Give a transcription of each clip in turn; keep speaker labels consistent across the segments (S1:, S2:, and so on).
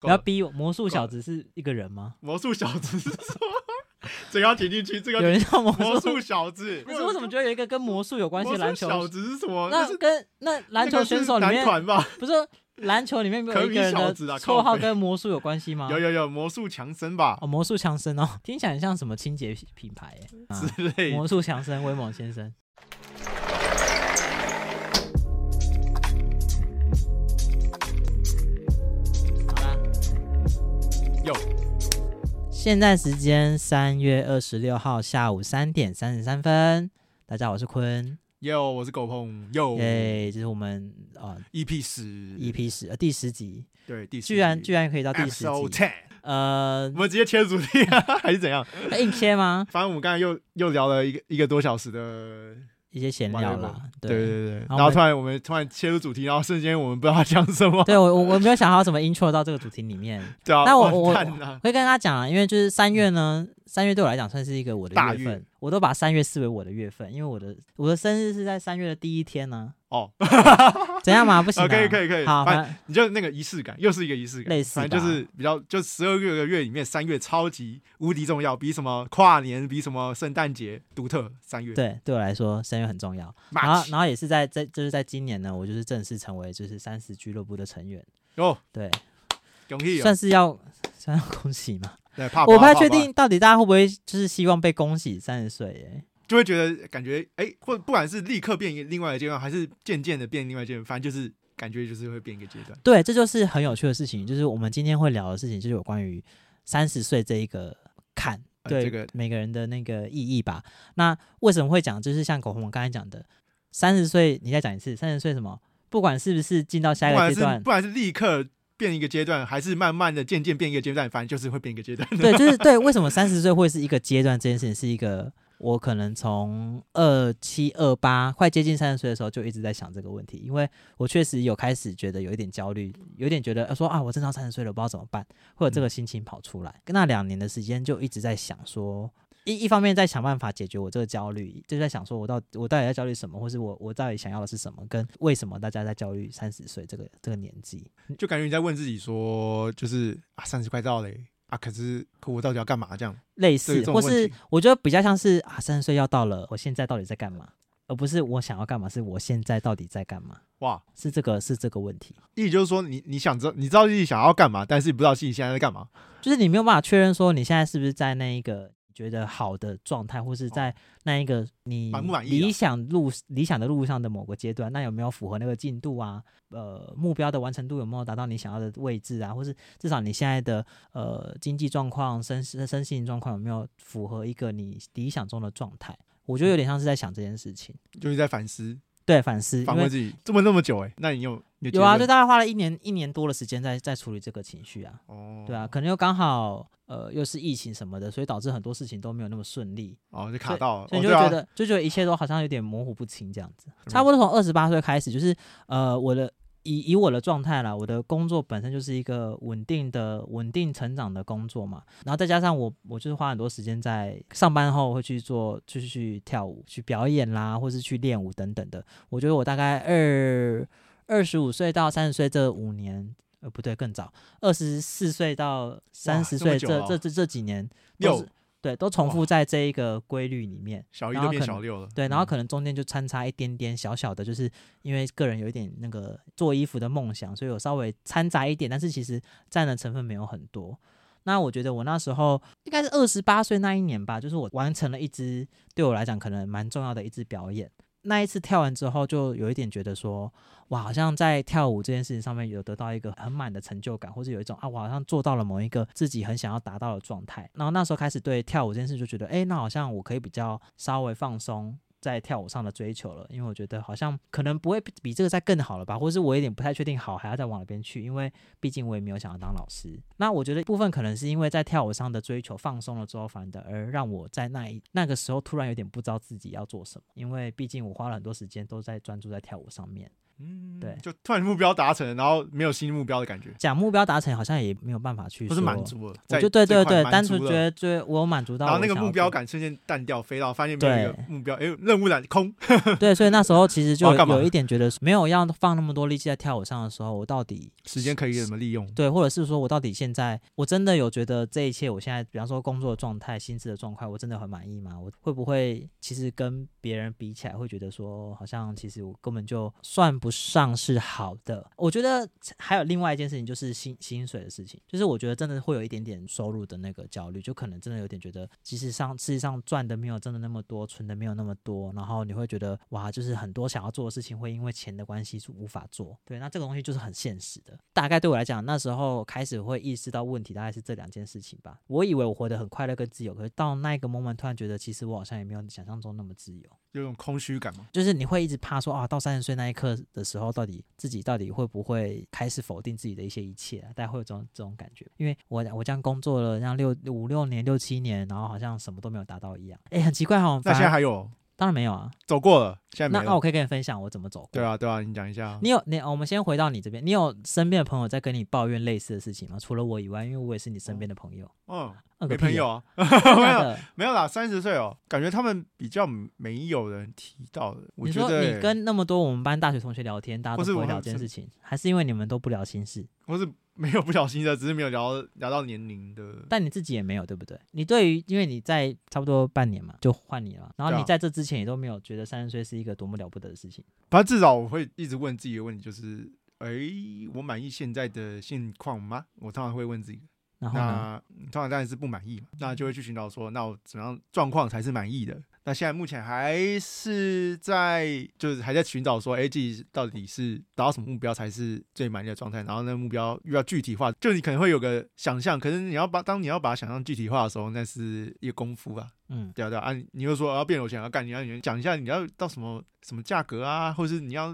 S1: 不要逼我！魔术小子是一个人吗？
S2: 魔术小子是什么？这个要剪进去，这个
S1: 有
S2: 要剪
S1: 人叫魔
S2: 魔
S1: 术？
S2: 术 小子，
S1: 可是我怎么觉得有一个跟魔术有关系
S2: 魔
S1: 的篮
S2: 术
S1: 球？
S2: 小子是什么？那
S1: 那
S2: 是
S1: 跟那篮球选手里
S2: 那个是男
S1: 面啊
S2: 团吧？
S1: 不是篮球里面没有 一个人
S2: 可米小
S1: 的
S2: 子啊
S1: 绰
S2: 靠
S1: 号
S2: 北
S1: 跟魔术有关系吗？
S2: 有有有，魔术强森吧
S1: 哦，魔术强森哦，听起来很像什么清洁品牌耶。啊
S2: 之类的。
S1: 魔术强森，威猛先生。好啦，
S2: 有
S1: 现在时间三月二十六号下午三点三十三分。大家好，我是坤，
S2: 有，我是狗碰有
S1: 耶、这是我们啊、呃
S2: EP 十，
S1: EP 十、呃、第十集，
S2: 对第
S1: 居然居然可以到第十
S2: Episode
S1: 集，
S2: Ten，
S1: 呃
S2: 我，们直接切主题啊， 还是怎样？
S1: 硬切吗？
S2: 反正我们刚才又又聊了一个一个多小时的，
S1: 一些闲聊
S2: 玩微博
S1: 啦，
S2: 对对对，
S1: 后我
S2: 然后
S1: 们
S2: 突然我们突然切入主题，然后瞬间我们不知道讲什么，
S1: 对我我我没有想好怎么 intro 到这个主题里面，
S2: 对 啊，
S1: 但我
S2: 完
S1: 我
S2: 蛋了
S1: 会跟大家讲啊，因为就是三月呢，三月对我来讲算是一个我的
S2: 大
S1: 月
S2: 月
S1: 份，我都把三月视为我的月份，因为我的我的生日是在三月的第一天呢、
S2: 哦，
S1: 怎样嘛？不行、啊
S2: 哦可以可以可以
S1: 好，
S2: 反
S1: 反正
S2: 你就那个仪式感，又是一个仪式感，
S1: 类似
S2: 反正就
S1: 吧
S2: 是比较，就十二个月里面，三月超级无敌重要，比什么跨年，比什么圣诞节独特。三月，
S1: 对对我来说，三月很重要。
S2: March，
S1: 然后然后也是在在就是在今年呢，我就是正式成为就是三十俱乐部的成员，
S2: 哦，
S1: 对，
S2: 恭喜哦，
S1: 算是要算要恭喜嘛。
S2: 对，怕
S1: 我不
S2: 怕
S1: 太
S2: 怕
S1: 确
S2: 怕
S1: 定到底大家会不会就是希望被恭喜三十岁耶。
S2: 就会觉得感觉哎、或不管是立刻变一个另外一个阶段，还是渐渐的变另外一个阶段，反正就是感觉就是会变一个阶段。
S1: 对，这就是很有趣的事情，就是我们今天会聊的事情，就是有关于三十岁这一个坎，
S2: 呃
S1: 对、
S2: 这个
S1: 每个人的那个意义吧。那为什么会讲？就是像狗红我刚才讲的，三十岁，你再讲一次，三十岁什么？不管是不是进到下一
S2: 不
S1: 个
S2: 管
S1: 阶
S2: 是
S1: 段
S2: 不，管是立刻变一个阶段，还是慢慢的渐渐变一个阶段，反正就是会变一个阶段。
S1: 对，就是对。为什么三十岁会是一个阶段？这件事情是一个我可能从二七二八快接近三十岁的时候就一直在想这个问题，因为我确实有开始觉得有一点焦虑，有点觉得呃说啊，我真的要三十岁了，不知道怎么办，会有这个心情跑出来。那两年的时间就一直在想说。一一方面在想办法解决我这个焦虑，就在想说我到我到底在焦虑什么，或是我我到底想要的是什么，跟为什么大家在焦虑三十岁这个这个年纪。
S2: 就感觉你在问自己说，就是啊，三十快到嘞、啊，可是可我到底要干嘛？这样
S1: 类
S2: 对
S1: 似
S2: 这，种
S1: 或
S2: 问
S1: 是
S2: 题
S1: 我觉得比较像是啊，三十岁要到了，我现在到底在干嘛？而不是我想要干嘛，是我现在到底在干嘛？
S2: 哇，
S1: 是这个是这个问题，
S2: 意思就是说你你想知道你知道自己想要干嘛，但是不知道自己现在在干嘛。
S1: 就是你没有办法确认说你现在是不是在那一个你觉得好的状态，或是在那一个你
S2: 哦满不满意啊
S1: 理想路理想的路上的某个阶段，那有没有符合那个进度啊？呃，目标的完成度有没有达到你想要的位置啊？或是至少你现在的呃经济状况、身身心灵状况有没有符合一个你理想中的状态？我觉得有
S2: 嗯
S1: 点像是在想这件事情。
S2: 就是在反思、
S1: 对，反思，因
S2: 反问
S1: 为
S2: 自己，这么那么久哎、那你有有
S1: 有啊，就
S2: 结论
S1: 大概花了一年一年多的时间在在处理这个情绪啊，
S2: 哦，
S1: 对啊，，可能又刚好呃又是疫情什么的，所以导致很多事情都没有那么顺利，
S2: 哦就卡到了，
S1: 所以你
S2: 哦
S1: 就
S2: 对
S1: 会
S2: 啊
S1: 觉得、就觉得一切都好像有点模糊不清这样子。
S2: 嗯
S1: 差不多从二十八岁开始，就是呃我的。以以我的状态啦，我的工作本身就是一个稳定的、稳定成长的工作嘛，然后再加上我，我就是花很多时间在上班后会去做，就是去跳舞、去表演啦，或是去练舞等等的。我觉得我大概二二十五岁到三十岁这五年，呃，不对，更早，二十四岁到三十
S2: 这么
S1: 岁
S2: 久
S1: 这
S2: 哦
S1: 这这这几年都
S2: 六
S1: 是，对，都重
S2: 哇
S1: 复在这一个规律里面。
S2: 小一
S1: 然
S2: 就
S1: 后
S2: 变
S1: 可
S2: 小
S1: 能
S2: 六了，
S1: 对，然后
S2: 嗯
S1: 可能中间就穿插一点点小小的，就是因为个人有一点那个做衣服的梦想，所以我稍微掺杂一点，但是其实占的成分没有很多。那我觉得我那时候应该是二十八岁那一年吧，就是我完成了一支对我来讲可能蛮重要的一支表演。那一次跳完之后，就有一点觉得说，哇，好像在跳舞这件事情上面有得到一个很满的成就感，或者有一种啊，我好像做到了某一个自己很想要达到的状态。然后那时候开始对跳舞这件事就觉得，哎，那好像我可以比较稍微放松。在跳舞上的追求了，因为我觉得好像可能不会比比这个再更好了吧，或是我有点不太确定好还要再往哪边去，因为毕竟我也没有想要当老师。那我觉得部分可能是因为在跳舞上的追求放松了之后，反而让我在那一那个时候突然有点不知道自己要做什么，因为毕竟我花了很多时间都在专注在跳舞上面。
S2: 嗯，
S1: 对
S2: 就突然目标达成了，然后没有新目标的感觉，
S1: 讲目标达成好像也没有办法去
S2: 不是满
S1: 说，
S2: 足了，
S1: 我
S2: 在
S1: 就对
S2: 这
S1: 对
S2: 块
S1: 对，
S2: 满
S1: 单
S2: 足
S1: 纯觉
S2: 了
S1: 得最我有满足到
S2: 然后
S1: 我
S2: 那个
S1: 想
S2: 目
S1: 要
S2: 标
S1: 做
S2: 感瞬间淡掉，飞到发现没有一个
S1: 对
S2: 目标，哎，任务栏空，
S1: 对，所以那时候其实就
S2: 我要干嘛
S1: 有一点觉得没有要放那么多力气在跳舞上的时候，我到底
S2: 时间可以怎么利用？
S1: 对，或者是说我到底现在我真的有觉得这一切，我现在比方说工作的状态、薪资的状态，我真的很满意吗？我会不会其实跟别人比起来，会觉得说好像其实我根本就算不上是好的？我觉得还有另外一件事情就是薪薪水的事情，就是我觉得真的会有一点点收入的那个焦虑，就可能真的有点觉得，其实上事实上赚的没有真的那么多，存的没有那么多，然后你会觉得哇，就是很多想要做的事情会因为钱的关系是无法做。对，那这个东西就是很现实的。大概对我来讲，那时候开始会意识到问题，大概是这两件事情吧。我以为我活得很快乐跟自由，可是到那个 moment 突然觉得，其实我好像也没有想象中那么自由。
S2: 有种空虚感嘛？
S1: 就是你会一直怕说啊，到三十岁那一刻的时候，到底自己到底会不会开始否定自己的一些一切、啊？大家会有这种这种感觉，因为我我这样工作了，这样六五六年、六七年，然后好像什么都没有达到一样，哎，很奇怪哈、哦。
S2: 那
S1: 反
S2: 现在
S1: 而
S2: 还有
S1: 当然没有啊，
S2: 走过了，现在
S1: 那
S2: 没
S1: 那
S2: 了
S1: 我。可以跟你分享我怎么走过。
S2: 对，啊，对啊，你讲一下。
S1: 你有你，哦我们先回到你这边，你有身边的朋友在跟你抱怨类似的事情吗？除了我以外，因为我也是你身边的朋友，
S2: 嗯，
S1: 那个
S2: 没
S1: 屁
S2: 朋友
S1: 啊，
S2: 啊，
S1: 真的
S2: 没有
S1: 假的
S2: 没有啦，三十岁哦，感觉他们比较没有人提到的。我
S1: 你
S2: 觉
S1: 说
S2: 得欸
S1: 你跟那么多我们班大学同学聊天，大
S2: 或
S1: 家
S2: 是
S1: 都不会
S2: 我
S1: 聊
S2: 们
S1: 这件
S2: 是
S1: 事情，还是因为你们都不聊心事？
S2: 我是没有不小心的，只是没有聊到聊到年龄的。
S1: 但你自己也没有，对不对？你对于，因为你在差不多半年嘛，就换你了嘛，然后
S2: 对啊
S1: 你在这之前也都没有觉得三十岁是一个多么了不得的事情。
S2: 反正至少我会一直问自己的问题，就是诶，我满意现在的现况吗？我通常会问自己。
S1: 然后呢？
S2: 那嗯通常当然是不满意嘛，那就会去寻找说，那我怎么样状况才是满意的？那现在目前还是在，就是还在寻找说，哎、自己到底是达到什么目标才是最满意的状态？然后那个目标又要具体化，就你可能会有个想象，可是你要把当你要把想象具体化的时候，那是一个功夫啊，
S1: 嗯，
S2: 对啊对啊，啊你你又说要变有钱要干，你要你讲一下你要到什么什么价格啊，或是你要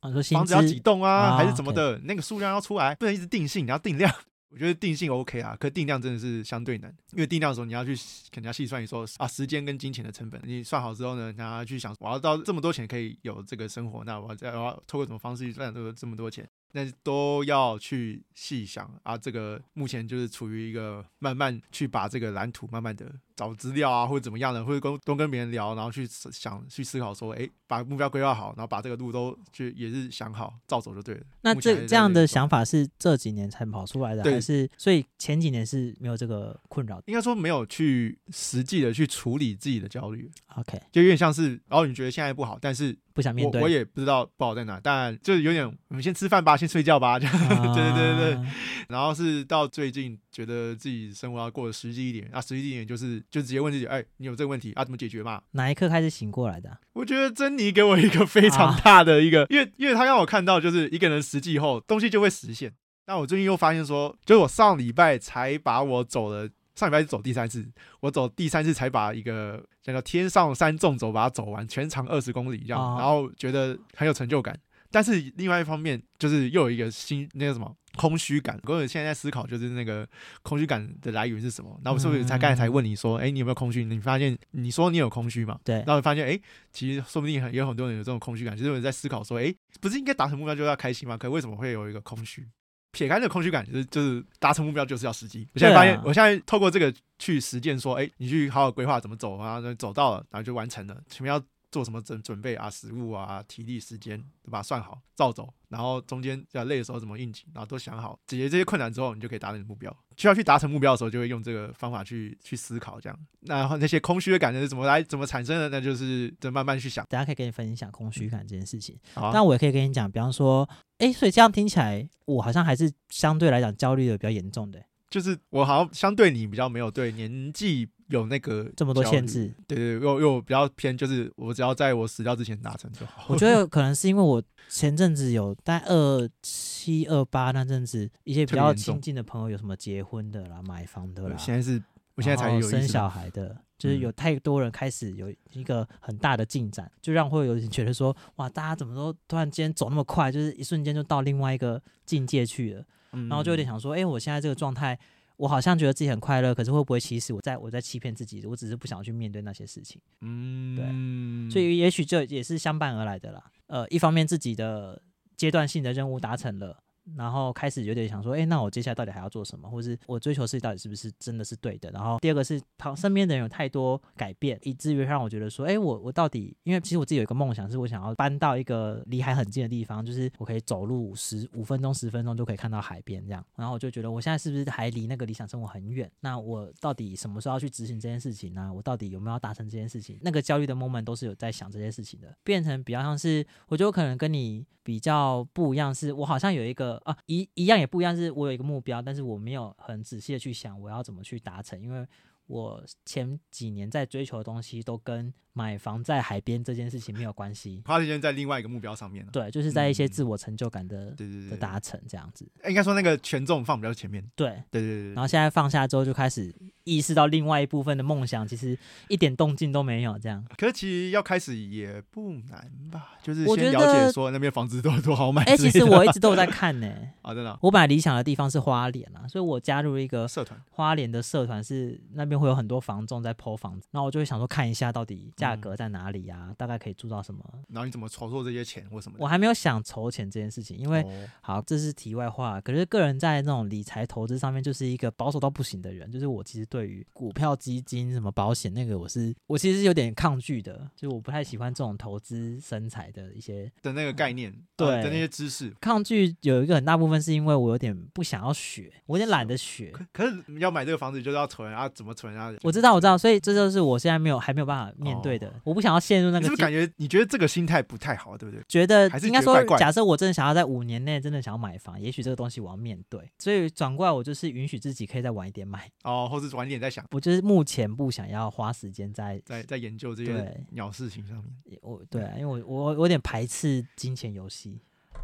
S1: 我说薪
S2: 房
S1: 资
S2: 子要几栋啊，
S1: 啊
S2: 还是怎么的，那个数量要出来，不能一直定性，你要定量。 我觉得定性 OK 啊，可定量真的是相对难，因为定量的时候你要去肯定要细算，你说啊时间跟金钱的成本，你算好之后呢，你要去想我要到这么多钱可以有这个生活，那我要再我要透过什么方式去赚这个这么多钱，那都要去细想啊。这个目前就是处于一个慢慢去把这个蓝图慢慢的找资料啊，或者怎么样的，或者跟多跟别人聊，然后去思想去思考说，哎，把目标规划好，然后把这个路都去也是想好，照走就对了。
S1: 那
S2: 目前还
S1: 这
S2: 是
S1: 这样
S2: 在
S1: 的
S2: 个状
S1: 想
S2: 态，
S1: 法是这几年才跑出来的，
S2: 对
S1: 还是所以前几年是没有这个困扰的
S2: 应该说没有去实际的去处理自己的焦虑，
S1: ？OK，
S2: 就有点像是，然后你觉得现在不好，但是
S1: 不想面
S2: 我
S1: 对。
S2: 我也 不知道不好在哪，但就是有点，我们先吃饭吧，先睡觉吧，这样。
S1: 啊
S2: 对对对对，然后是到最近觉得自己生活要过得实际一点，啊，实际一点就是就直接问自己，哎，你有这个问题啊，怎么解决嘛？
S1: 哪一刻开始醒过来的啊？
S2: 我觉得珍妮给我一个非常大的一个，因为因为她让我看到，就是一个人实际后东西就会实现。那我最近又发现说，就是我上礼拜才把我走了，上礼拜是走第三次，我走第三次才把一个叫做天上山纵走把它走完，全长二十公里这样，
S1: 哦
S2: 然后觉得很有成就感。但是另外一方面，就是又有一个新那个什么空虚感。我现在在思考，就是那个空虚感的来源是什么。然后我是不是才刚才才问你说，哎、你有没有空虚？你发现你说你有空虚嘛？
S1: 对
S2: 然后发现，哎、其实说不定很有很多人有这种空虚感，就是有在思考说，哎、不是应该达成目标就要开心吗？可为什么会有一个空虚？撇开这个空虚感，就是就是达成目标就是要实际。我现在发现，
S1: 对啊
S2: 我现在透过这个去实践，说，哎、你去好好规划怎么走啊，那走到了，然后就完成了。前面要做什么准准备啊，食物啊，体力、时间，对吧？算好，照走。然后中间要累的时候怎么应急，然后都想好，解决这些困难之后，你就可以达成你的目标。需要去达成目标的时候，就会用这个方法去去思考，这样。然后那些空虚的感觉是怎么来怎么产生的？那就是就慢慢去想。
S1: 等下可以跟你分享空虚感这件事情。
S2: 好啊、
S1: 但我也可以跟你讲，比方说，哎，所以这样听起来，我好像还是相对来讲焦虑的比较严重的，
S2: 就是我好像相对你比较没有对年纪有那个
S1: 这么多
S2: 焦
S1: 限
S2: 虑，
S1: 制。
S2: 对对，对又又比较偏，就是我只要在我死掉之前达成就好。
S1: 我觉得可能是因为我前阵子有在二七二八那阵子，一些比
S2: 特别
S1: 较
S2: 严重
S1: 亲近的朋友有什么结婚的啦、买房的啦
S2: 我，现在是，我现在才
S1: 然后
S2: 有意
S1: 生
S2: 识到
S1: 小孩的，就是
S2: 嗯
S1: 有太多人开始有一个很大的进展，就让会有点觉得说，哇，大家怎么都突然间走那么快，就是一瞬间就到另外一个境界去了，然后就有点
S2: 嗯
S1: 想说，哎、我现在这个状态。我好像觉得自己很快乐，可是会不会其实我在我在欺骗自己？我只是不想去面对那些事情。
S2: 嗯，，
S1: 对所以也许这也是相伴而来的啦。呃，一方面自己的阶段性的任务达成了。然后开始有点想说，哎，那我接下来到底还要做什么，或是我追求事情到底是不是真的是对的？然后第二个是他身边的人有太多改变，以至于让我觉得说，哎，我我到底，因为其实我自己有一个梦想，是我想要搬到一个离海很近的地方，就是我可以走路十五分钟、十分钟就可以看到海边这样。然后我就觉得我现在是不是还离那个理想生活很远？那我到底什么时候要去执行这件事情呢？我到底有没有要达成这件事情？那个焦虑的 moment 都是有在想这件事情的，变成比较像是，我觉得我可能跟你比较不一样是，我好像有一个啊一一样也不一样，是我有一个目标，但是我没有很仔细的去想我要怎么去达成，因为我前几年在追求的东西都跟买房在海边这件事情没有关系
S2: 花时间在另外一个目标上面了、
S1: 对，就是在一些
S2: 嗯
S1: 自我成就感的、
S2: 对对
S1: 的
S2: 对对，
S1: 达成这样子，
S2: 应该说那个权重放比较前面。
S1: 对。
S2: 对对对
S1: 然
S2: 对，
S1: 后现在放下之后，就开始意识到另外一部分的梦想其实一点动静都没有，这样。
S2: 可是其实要开始也不难吧，就是
S1: 我
S2: 先
S1: 觉
S2: 了解
S1: 得
S2: 说那边房子多多好买之
S1: 哎、
S2: 类的。
S1: 其实我一直都有在看呢、
S2: 啊，真的啊、
S1: 我本来理想的地方是花莲啊，所以我加入了一个
S2: 社团
S1: 花莲的社团是那边会有很多房仲在剖房子，然后我就会想说看一下到底价
S2: 嗯
S1: 格在哪里啊，大概可以住到什么。
S2: 然后你怎么筹措这些钱或什么的？
S1: 我还没有想筹钱这件事情，因为、
S2: 哦
S1: 好这是题外话。可是个人在那种理财投资上面就是一个保守到不行的人，就是我其实对于股票、基金、什么保险那个我是我其实是有点抗拒的，就是我不太喜欢这种投资生财的一些
S2: 的那个概念，
S1: 对
S2: 呃的那些知识。
S1: 抗拒。有一个很大部分是因为我有点不想要学，我有点懒得学。
S2: 哦可可是要买这个房子就是要存啊，怎么存啊？
S1: 我知道，我知道，所以这就是我现在没有还没有办法面对的。
S2: 哦
S1: 我不想要陷入那
S2: 你
S1: 个
S2: 是不是
S1: 境
S2: 感觉你觉得这个心态不太好，对不对？
S1: 觉得
S2: 还是
S1: 应该
S2: 觉得怪
S1: 说
S2: 怪，的
S1: 假设我真的想要在五年内真的想要买房，也许这个东西我要面对，所以转过来我就是允许自己可以再晚一点买。
S2: 哦，或是晚点再想，
S1: 我就是目前不想要花时间在
S2: 再再研究这些
S1: 对
S2: 鸟事情上面。
S1: 我对啊，因为我我我有点排斥金钱游戏。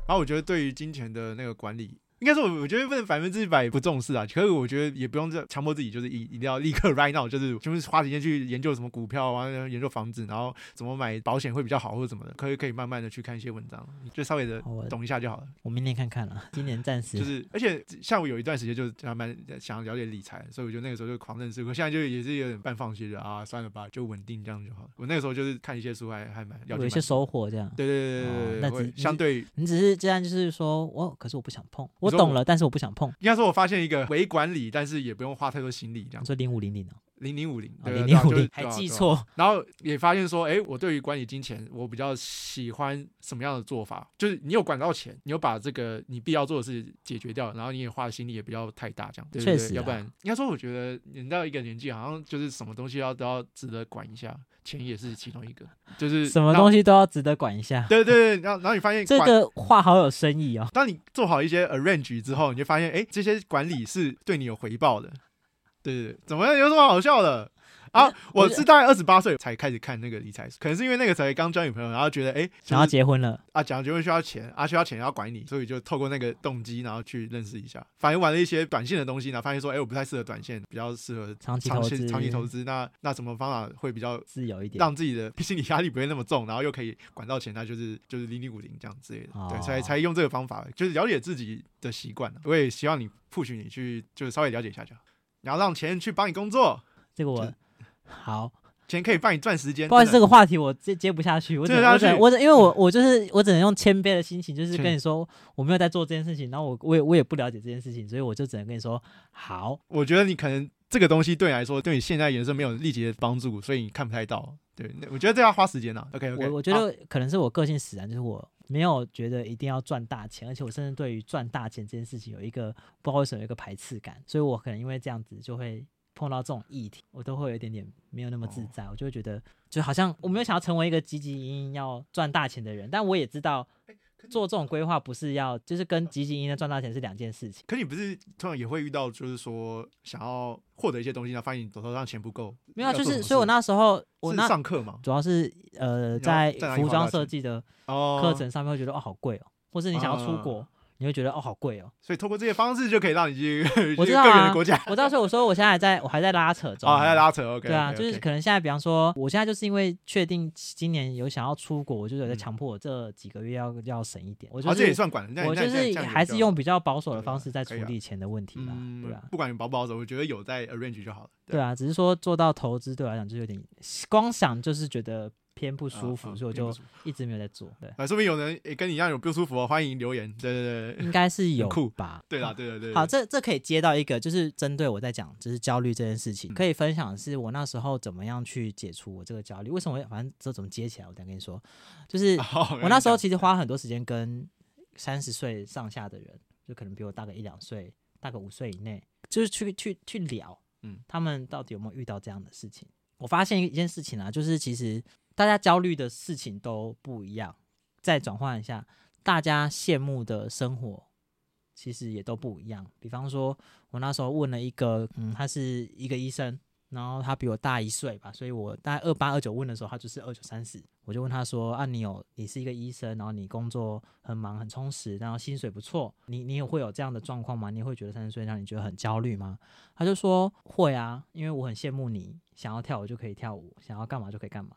S2: 然后我觉得对于金钱的那个管理。应该说，我我觉得不能百分之百不重视啊。可是我觉得也不用这强迫自己，就是一一定要立刻 right now，就是就是花时间去研究什么股票啊，研究房子，然后怎么买保险会比较好或者怎么的。可以可以慢慢的去看一些文章，就稍微的
S1: 好我
S2: 懂一下就好了。
S1: 我明年看看了，今年暂时、
S2: 就是，而且像我有一段时间就是还蛮想了解理财，所以我就那个时候就狂认识，可现在就也是有点半放弃了啊，算了吧，就稳定这样就好了。我那个时候就是看一些书还，还蛮了解
S1: 有一
S2: 蛮
S1: 些
S2: 多。
S1: 收获这样。
S2: 对对对
S1: 哦
S2: 对
S1: 那
S2: 对对，
S1: 只
S2: 我相对应
S1: 你只是这样，就是说我可是我不想碰，我
S2: 说
S1: 懂
S2: 我
S1: 了，但是我不想碰。
S2: 该说，我发现一个微管理，但是也不用花太多心力这样
S1: 你。说零五零零哦，
S2: 零零五零，对
S1: 零
S2: 对
S1: 零
S2: 啊
S1: 五
S2: 就是
S1: 零
S2: 对
S1: 还
S2: 啊
S1: 记
S2: 对啊
S1: 错，
S2: 然后也发现说，哎，我对于管理金钱，我比较喜欢什么样的做法？就是你有管到钱，你有把这个你必要做的事解决掉，然后你也花的心力也不要太大，这样对对
S1: 确
S2: 对
S1: 实啊
S2: 要不然应该说，我觉得人到一个年纪，好像就是什么东西要都要值得管一下，钱也是其中一个，就是
S1: 什么东
S2: 西？
S1: 西都要值得管一下。
S2: 对对对，然后然后你发现
S1: 这
S2: 管
S1: 个话好有深意哦。
S2: 当你做好一些 arrange 之后，你就发现，哎，这些管理是对你有回报的。对对对，怎么样？有什么好笑的？啊，
S1: 我
S2: 我是大概二十八岁才开始看那个理财书，可能是因为那个时候刚交女朋友，然后觉得哎，诶
S1: 想要
S2: 就是
S1: 结婚了，
S2: 啊，讲结婚需要钱，啊需要钱要管理，所以就透过那个动机，然后去认识一下。反正玩了一些短线的东西，然后发现说，哎，我不太适合短线，比较适合
S1: 长期
S2: 长
S1: 投
S2: 线、
S1: 资，
S2: 长期投资。那那什么方法会比较
S1: 自由一点。
S2: 让自己的 心理压力不会那么重，然后又可以管到钱，那就是就是零零五零这样之类的，对，
S1: 哦
S2: 才才用这个方法，就是了解自己的习惯、啊、我也希望你 push 你去，就是稍微了解一下就好，然后让钱去帮你工作，
S1: 这个
S2: 就
S1: 我好，
S2: 钱可以帮你赚时间。
S1: 不好意思，这
S2: 真的
S1: 个话题我接接不下去，我只
S2: 接不
S1: 能我
S2: 下
S1: 只能
S2: 去嗯
S1: 我只因为我我就是我只能用谦卑的心情，就是
S2: 是
S1: 跟你说我没有在做这件事情，然后我我也我也不了解这件事情，所以我就只能跟你说好，
S2: 我觉得你可能这个东西对你来说，对你现在人生没有立即的帮助，所以你看不太到。对，那我觉得这要花时间啊。OK OK，
S1: 我我觉得可能是我个性使然，就是我没有觉得一定要赚大钱，而且我甚至对于赚大钱这件事情有一个不知道为什么有一个排斥感，所以我可能因为这样子就会碰到这种议题，我都会有一点点没有那么自
S2: 哦
S1: 在，我就会觉得就好像我没有想要成为一个积极营营要赚大钱的人，但我也知道
S2: 哎可。是
S1: 做这种规划不是要，就是跟积极营的赚大钱是两件事情。
S2: 可你不是通常也会遇到，就是说想要获得一些东西，然后发现你手头上钱不够，
S1: 没有啊，
S2: 要
S1: 就
S2: 做什
S1: 是所
S2: 么
S1: 以，我
S2: 事
S1: 那时候我
S2: 是
S1: 那
S2: 上课嘛，
S1: 主要是呃，
S2: 要
S1: 在
S2: 在哪里
S1: 服
S2: 花
S1: 装
S2: 大
S1: 设
S2: 钱
S1: 计的
S2: 哦，
S1: 课程上面会觉得哦好贵哦，或是你想要出
S2: 嗯
S1: 国，你会觉得哦好贵哦。
S2: 所以透过这些方式就可以让你去
S1: 我
S2: 去
S1: 知道
S2: 更远
S1: 啊
S2: 的国 家。
S1: 我到时候我说我现在还在我还在拉扯中，
S2: 哦，还在。拉扯，OK，
S1: 对啊，就是可能现在，比方说，我现在就是因为确定今年有想要出国，我就有在
S2: 嗯
S1: 强迫我这几个月要要省一点。我就
S2: 而啊这也
S1: 是
S2: 算管，那你
S1: 我
S2: 那
S1: 就
S2: 你这样
S1: 是
S2: 这样也
S1: 还是
S2: 就
S1: 用比较保守的
S2: 对
S1: 方
S2: 啊
S1: 式在处
S2: 可以啊
S1: 理钱的问题啦，对啊
S2: 嗯，。不管你保不保守，我觉得有在 arrange 就好了。啊
S1: 对啊，只是说做到投资对我来讲就有点，光想就是觉得偏不舒服，所以我就
S2: 啊
S1: 一直没有在做。对，
S2: 啊，说明有人也跟你一样有不舒服哦，欢迎留言。对对 对，
S1: 应该是有
S2: 酷
S1: 吧？
S2: 对啦，对对对。
S1: 好，这这可以接到一个，就是针对我在讲，就是焦虑这件事情，
S2: 嗯
S1: 可以分享的是我那时候怎么样去解除我这个焦虑。为什么会？反正这怎么接起来，我等一下跟你说。就是
S2: 好，
S1: 我那时候其实花很多时间跟三十岁上下的人，就可能比我大个一两岁，大个五岁以内，就是去去去聊，
S2: 嗯，
S1: 他们到底有没有遇到这样的事情？我发现一件事情啊，就是其实大家焦虑的事情都不一样。再转换一下，大家羡慕的生活其实也都不一样。比方说，我那时候问了一个，嗯，他是一个医生，然后他比我大一岁吧，所以我大概二八二九问的时候，他就是二九三十。我就问他说：“啊，你有你是一个医生，然后你工作很忙很充实，然后薪水不错，你你也会有这样的状况吗？你也会觉得三十岁让你觉得很焦虑吗？”他就说：“会啊，因为我很羡慕你，想要跳舞就可以跳舞，想要干嘛就可以干嘛。”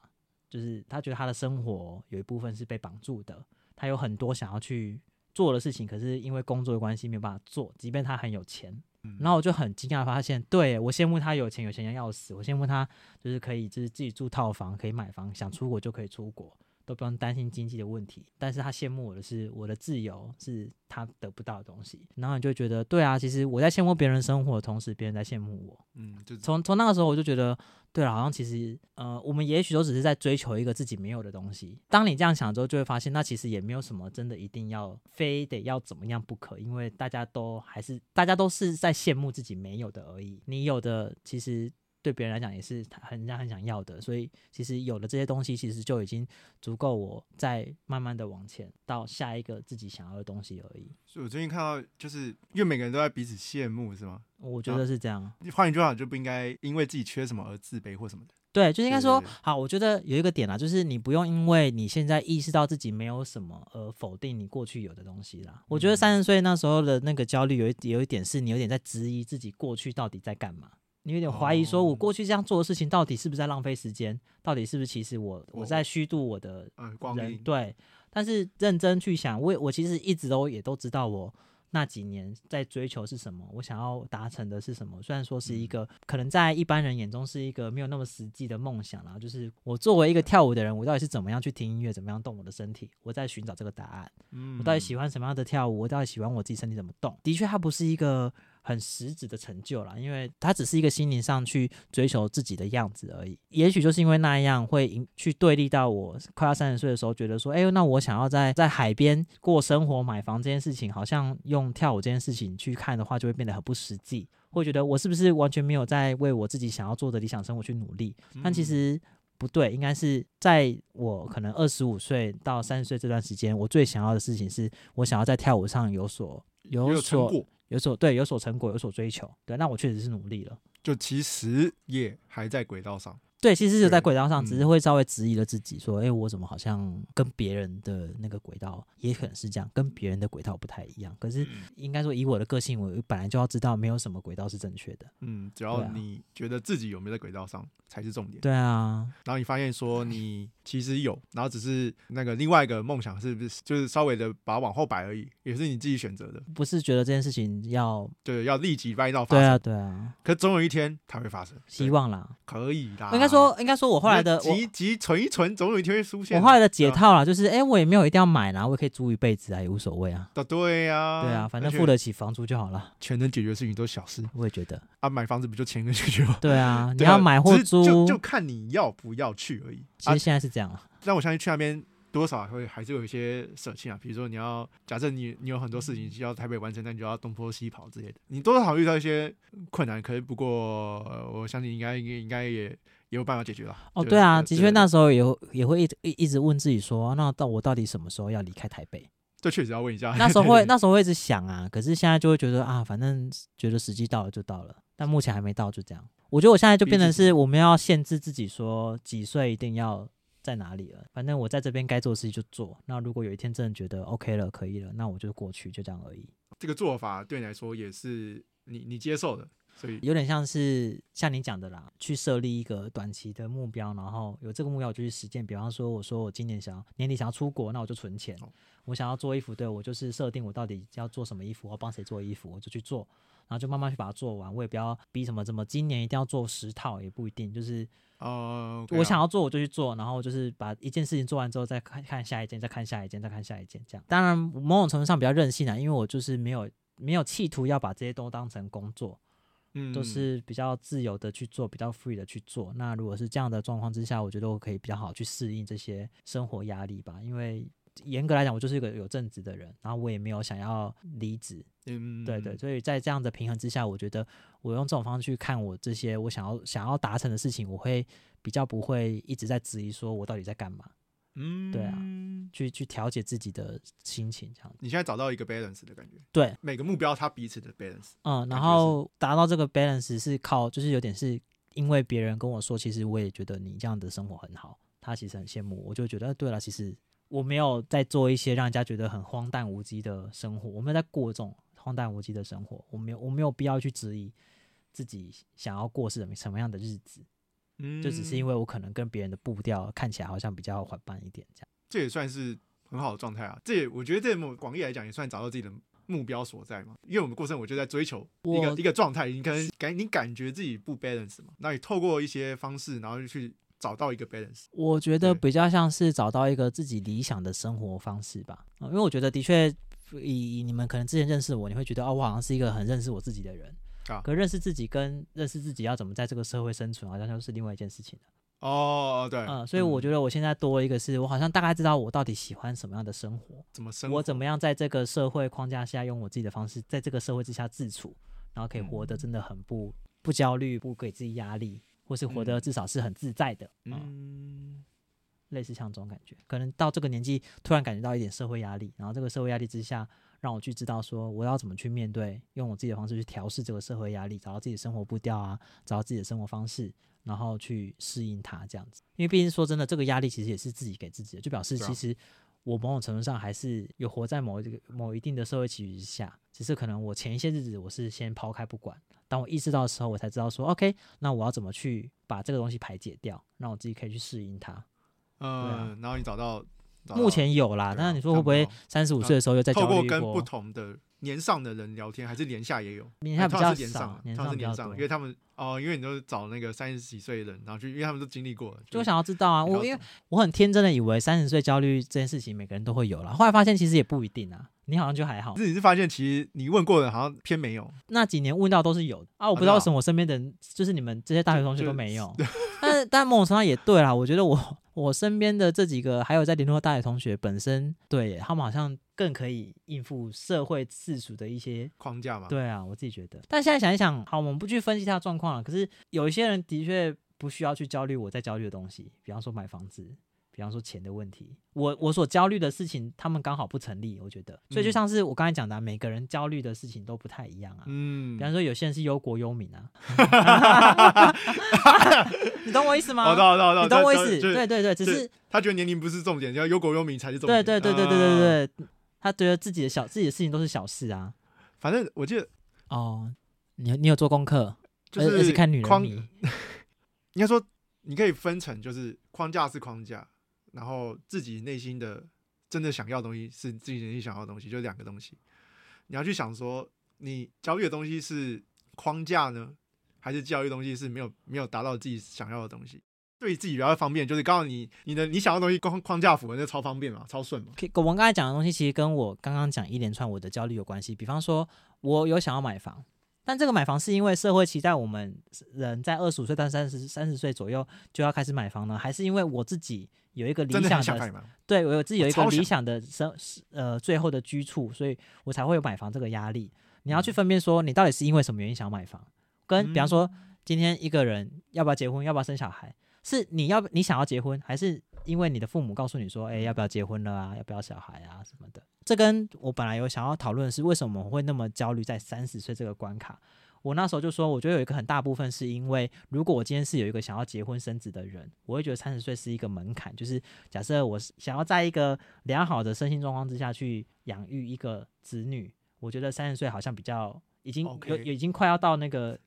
S1: 就是他觉得他的生活有一部分是被绑住的，他有很多想要去做的事情，可是因为工作的关系没有办法做，即便他很有钱。然后我就很惊讶地发现，对我羡慕他有钱，有钱人要死，我羡慕他就是可以就是自己住套房，可以买房，想出国就可以出国，都不用担心经济的问题。但是他羡慕我的是我的自由是他得不到的东西，然后你就觉得对啊，其实我在羡慕别人生活的同时，别人在羡慕我。
S2: 嗯，就
S1: 从从那个时候我就觉得，对了，好像其实呃，我们也许都只是在追求一个自己没有的东西。当你这样想之后，就会发现那其实也没有什么真的一定要非得要怎么样不可，因为大家都还是大家都是在羡慕自己没有的而已。你有的其实。对别人来讲也是他很人家很想要的，所以其实有了这些东西，其实就已经足够我再慢慢的往前到下一个自己想要的东西而已。
S2: 所以我最近看到，就是因为每个人都在彼此羡慕，是吗？
S1: 我觉得是这样。
S2: 换一句话，就不应该因为自己缺什么而自卑或什么的。
S1: 对，就是应该
S2: 对对
S1: 说
S2: 对，
S1: 好，我觉得有一个点啦，就是你不用因为你现在意识到自己没有什么而否定你过去有的东西啦。我觉得
S2: 嗯
S1: 三十岁那时候的那个焦虑有一有一点是你有点在质疑自己过去到底在干嘛，你有点怀疑说我
S2: 哦
S1: 过去这样做的事情到底是不是在浪费时间，到底是不是其实我我
S2: 我
S1: 在虚度我的
S2: 呃，光
S1: 人
S2: 阴，
S1: 对，但是认真去想，我也我其实一直都也都知道我。那几年在追求是什么？我想要达成的是什么？虽然说
S2: 嗯
S1: 是一个、可能在一般人眼中是一个没有那么实际的梦想啦，就是我作为一个跳舞的人，我到底是怎么样去听音乐，怎么样动我的身体，我在寻找这个答案。
S2: 嗯
S1: 我到底喜欢什么样的跳舞，我到底喜欢我自己身体怎么动。的确，它不是一个很实质的成就啦，因为它只是一个心灵上去追求自己的样子而已。也许就是因为那样，会引去对立到我快要三十岁的时候，觉得说，哎、那我想要在在海边过生活、买房这件事情，好像用跳舞这件事情去看的话，就会变得很不实际。会觉得我是不是完全没有在为我自己想要做的理想生活去努力？但
S2: 嗯
S1: 其实不对，应该是在我可能二十五岁到三十岁这段时间，我最想要的事情是我想要在跳舞上有所
S2: 也
S1: 有
S2: 有成
S1: 所
S2: 果，
S1: 有所对有所成果，有所追求。对，那我确实是努力了。
S2: 就其实也还在轨道上。
S1: 对，其实是有在
S2: 对
S1: 轨道上，
S2: 嗯
S1: 只是会稍微质疑了自己，说，哎、我怎么好像跟别人的那个轨道，也可能是这样，跟别人的轨道不太一样。可是应该说，以我的个性，我本来就要知道没有什么轨道是正确的。
S2: 嗯，只
S1: 对
S2: 要
S1: 啊
S2: 你觉得自己有没有在轨道上才是重点。
S1: 对啊，
S2: 然后你发现说你其实有，然后只是那个另外一个梦想是不是就是稍微的把它往后摆而已，也是你自己选择的。
S1: 不是觉得这件事情要，
S2: 对，要立即 right now 发
S1: 对
S2: 生。
S1: 啊，对啊，
S2: 可总有一天它会发生。
S1: 希
S2: 对
S1: 望啦。
S2: 可以啦。
S1: 应该说，应该说我后来的我
S2: 集集存一存，总有一天会出现。
S1: 我后来的解
S2: 对啊
S1: 套啦，就是哎、诶我也没有一定要买啦，我也可以租一辈子啊，也无所谓啊。
S2: 的对呀、
S1: 对啊，反正
S2: 而且
S1: 付得起房租就好了。
S2: 钱能解决的事情都是小事
S1: 我也觉得，
S2: 啊，买房子不就钱能解决吗？
S1: 对啊， 你
S2: 对啊
S1: 要买或
S2: 只是就
S1: 租，
S2: 就啊看你要不要去而已
S1: 其
S2: 啊
S1: 实。现在是这样啊。
S2: 但我相信去那边多少会还是有一些舍弃啊，比如说你要假设你你有很多事情需要台北完成，那你就要东坡西跑之类的，你多多少少遇到一些困难。可是不过、呃我相信应该应该也也有办法解决了。
S1: 哦，对啊，的
S2: 就是
S1: 确那时候也会也会一直一一直问自己说，那到我到底什么时候要离开台北？
S2: 这确实要问一下。
S1: 那时候
S2: 啊对
S1: 会那时候会一直想啊，可是现在就会觉得啊，反正觉得时机到了就到了，但目前还没到，就这样。我觉得我现在就变成
S2: 逼自己
S1: 是我们要限制自己，说几岁一定要在哪里了。反正我在这边该做的事情就做。那如果有一天真的觉得 OK 了，可以了，那我就过去，就这样而已。
S2: 这个做法对你来说也是你你接受的，所以
S1: 有点像是像你讲的啦，去设立一个短期的目标，然后有这个目标我就去实践。比方说，我说我今年想要年底想要出国，那我就存钱
S2: 哦；
S1: 我想要做衣服，对我就是设定我到底要做什么衣服，我要帮谁做衣服，我就去做。然后就慢慢去把它做完。我也不要逼什么怎么今年一定要做十套，也不一定。就是
S2: 哦、
S1: 我想要做我就去做，然后就是把一件事情做完之后再看看下一件，再看下一件，再看下一件这样。当然某种程度上比较任性啊，因为我就是没有没有企图要把这些都当成工作，
S2: 嗯
S1: 都是比较自由的去做，比较 free 的去做。那如果是这样的状况之下，我觉得我可以比较好去适应这些生活压力吧。因为严格来讲，我就是一个有正职的人，然后我也没有想要离职，
S2: 嗯
S1: 对对。所以在这样的平衡之下，我觉得我用这种方式去看我这些我想要想要达成的事情，我会比较不会一直在质疑说我到底在干嘛，
S2: 嗯
S1: 对啊去去调节自己的心情这样子。
S2: 你现在找到一个 balance 的感觉，
S1: 对，
S2: 每个目标它彼此的 balance，
S1: 嗯，
S2: 感觉
S1: 然
S2: 是
S1: 后达到这个 balance 是靠，就是有点是因为别人跟我说，其实我也觉得你这样的生活很好，他其实很羡慕我，我就觉得，呃对了，其实我没有在做一些让人家觉得很荒诞无稽的生活，我没有在过这种荒诞无稽的生活，我没有我没有必要去质疑自己想要过是什么什么样的日子，
S2: 嗯，
S1: 就只是因为我可能跟别人的步调看起来好像比较缓慢一点这样。
S2: 这也算是很好的状态啊。这也我觉得这某广义来讲也算找到自己的目标所在嘛。因为我们过程我就在追求一个
S1: 我
S2: 一个状态，你可能感你感觉自己不 balance 嘛，那你透过一些方式，然后就去找到一个 balance。
S1: 我觉得
S2: 对
S1: 比较像是找到一个自己理想的生活方式吧，呃因为我觉得的确，以以你们可能之前认识我，你会觉得哦，我好像是一个很认识我自己的人，
S2: 啊
S1: 可认识自己跟认识自己要怎么在这个社会生存，好像又是另外一件事情了。
S2: 哦，对，
S1: 嗯、所以我觉得我现在多了一个是，我好像大概知道我到底喜欢什么样的生活，
S2: 怎么生活
S1: 我怎么样在这个社会框架下用我自己的方式，在这个社会之下自处，然后可以活
S2: 嗯
S1: 得真的很不、不焦虑，不给自己压力，或是活得
S2: 嗯
S1: 至少是很自在的。嗯
S2: 嗯，
S1: 类似像这种感觉，可能到这个年纪突然感觉到一点社会压力，然后这个社会压力之下，让我去知道说我要怎么去面对，用我自己的方式去调试这个社会压力，找到自己的生活步调啊，找到自己的生活方式，然后去适应它这样子。因为毕竟说真的，这个压力其实也是自己给自己的，就表示
S2: 对啊
S1: 其实我某种程度上还是有活在某一个某一定的社会期许之下，只是可能我前一些日子我是先抛开不管，当我意识到的时候，我才知道说 OK，那我要怎么去把这个东西排解掉，让我自己可以去适应它。
S2: 嗯，然后你找到找到
S1: 啊目前有啦，
S2: 对啊
S1: 但是你说会不会
S2: 看不到啊
S1: 三十五岁的时候又再
S2: 透
S1: 焦
S2: 过
S1: 虑
S2: 跟不同的年上的人聊天，还是年下也有，
S1: 年下比
S2: 通常
S1: 较
S2: 是年上
S1: 少
S2: 啊，，
S1: 年
S2: 通常
S1: 上
S2: 是
S1: 比较
S2: 年上，
S1: 多
S2: 因。为他们哦，因为你都找那个三十几岁的人，然后去，因为他们都经历过了，
S1: 就想要知道啊，我因为
S2: 为
S1: 我很天真的以为三十岁焦虑这件事情每个人都会有啦，后来发现其实也不一定啊。你好像就还好，
S2: 自己是发现，其实你问过的好像偏没有，
S1: 那几年问到都是有的啊。我不知道为什么我身边的人，就是你们这些大学同学
S2: 就
S1: 都没有。但但某种程度上也对啦，我觉得我我身边的这几个还有在联络的大学同学本身，对耶他们好像更可以应付社会世俗的一些
S2: 框架嘛。，
S1: 对啊，我自己觉得。但现在想一想，好，我们不去分析他的状况了。可是有一些人的确不需要去焦虑我在焦虑的东西，比方说买房子，比方说钱的问题。我我所焦虑的事情，他们刚好不成立，我觉得。所以就
S2: 嗯
S1: 像是我刚才讲的啊、每个人焦虑的事情都不太一样啊。
S2: 嗯
S1: 比，方说，有些人是忧国忧民 啊，你哦懂我意思吗？
S2: 我懂，我懂，懂
S1: 你懂我意
S2: 这
S1: 思？
S2: 这
S1: 对对对，只
S2: 这
S1: 是
S2: 他觉得年龄不是重点，要忧国忧民才是重
S1: 对
S2: 点。
S1: 对对对对
S2: 啊，
S1: 对对，他觉得自己的小自己的事情都是小事啊。
S2: 反正我记得
S1: 哦，你你有做功课，
S2: 就
S1: 而而
S2: 是
S1: 且看女人
S2: 框
S1: 迷。
S2: 应该说，你可以分成就是框架是框架，然后自己内心的真的想要的东西是自己内心想要的东西，就两个东西。你要去想说，你焦虑的东西是框架呢，还是焦虑的东西是没有没有达到自己想要的东西？对自己比较方便，就是告诉你你的你想要的东西框框架符合，那超方便嘛，超顺嘛。
S1: 可我们刚才讲的东西，其实跟我刚刚讲一连串我的焦虑有关系。比方说，我有想要买房，但这个买房是因为社会期待我们人在二十五岁到三十三十岁左右就要开始买房呢，还是因为我自己有一个理
S2: 真的
S1: 想
S2: 很想
S1: 的，
S2: 买吗？
S1: 对我有自己有一
S2: 我
S1: 个
S2: 超想
S1: 理想的生呃最后的居处，所以我才会有买房这个压力。你
S2: 嗯
S1: 要去分辨说，你到底是因为什么原因想买房，跟比方说今天一个人要不要结婚，要不要生小孩，是你要你想要结婚，还是因为你的父母告诉你说，哎、要不要结婚了啊，要不要小孩啊什么的？这跟我本来有想要讨论的是，为什么我会那么焦虑在三十岁这个关卡？我那时候就说，我觉得有一个很大部分是因为，如果我今天是有一个想要结婚生子的人，我会觉得三十岁是一个门槛，就是假设我是想要在一个良好的身心状况之下去养育一个子女，我觉得三十岁好像比较已经
S2: OK
S1: 有有已经快要到那个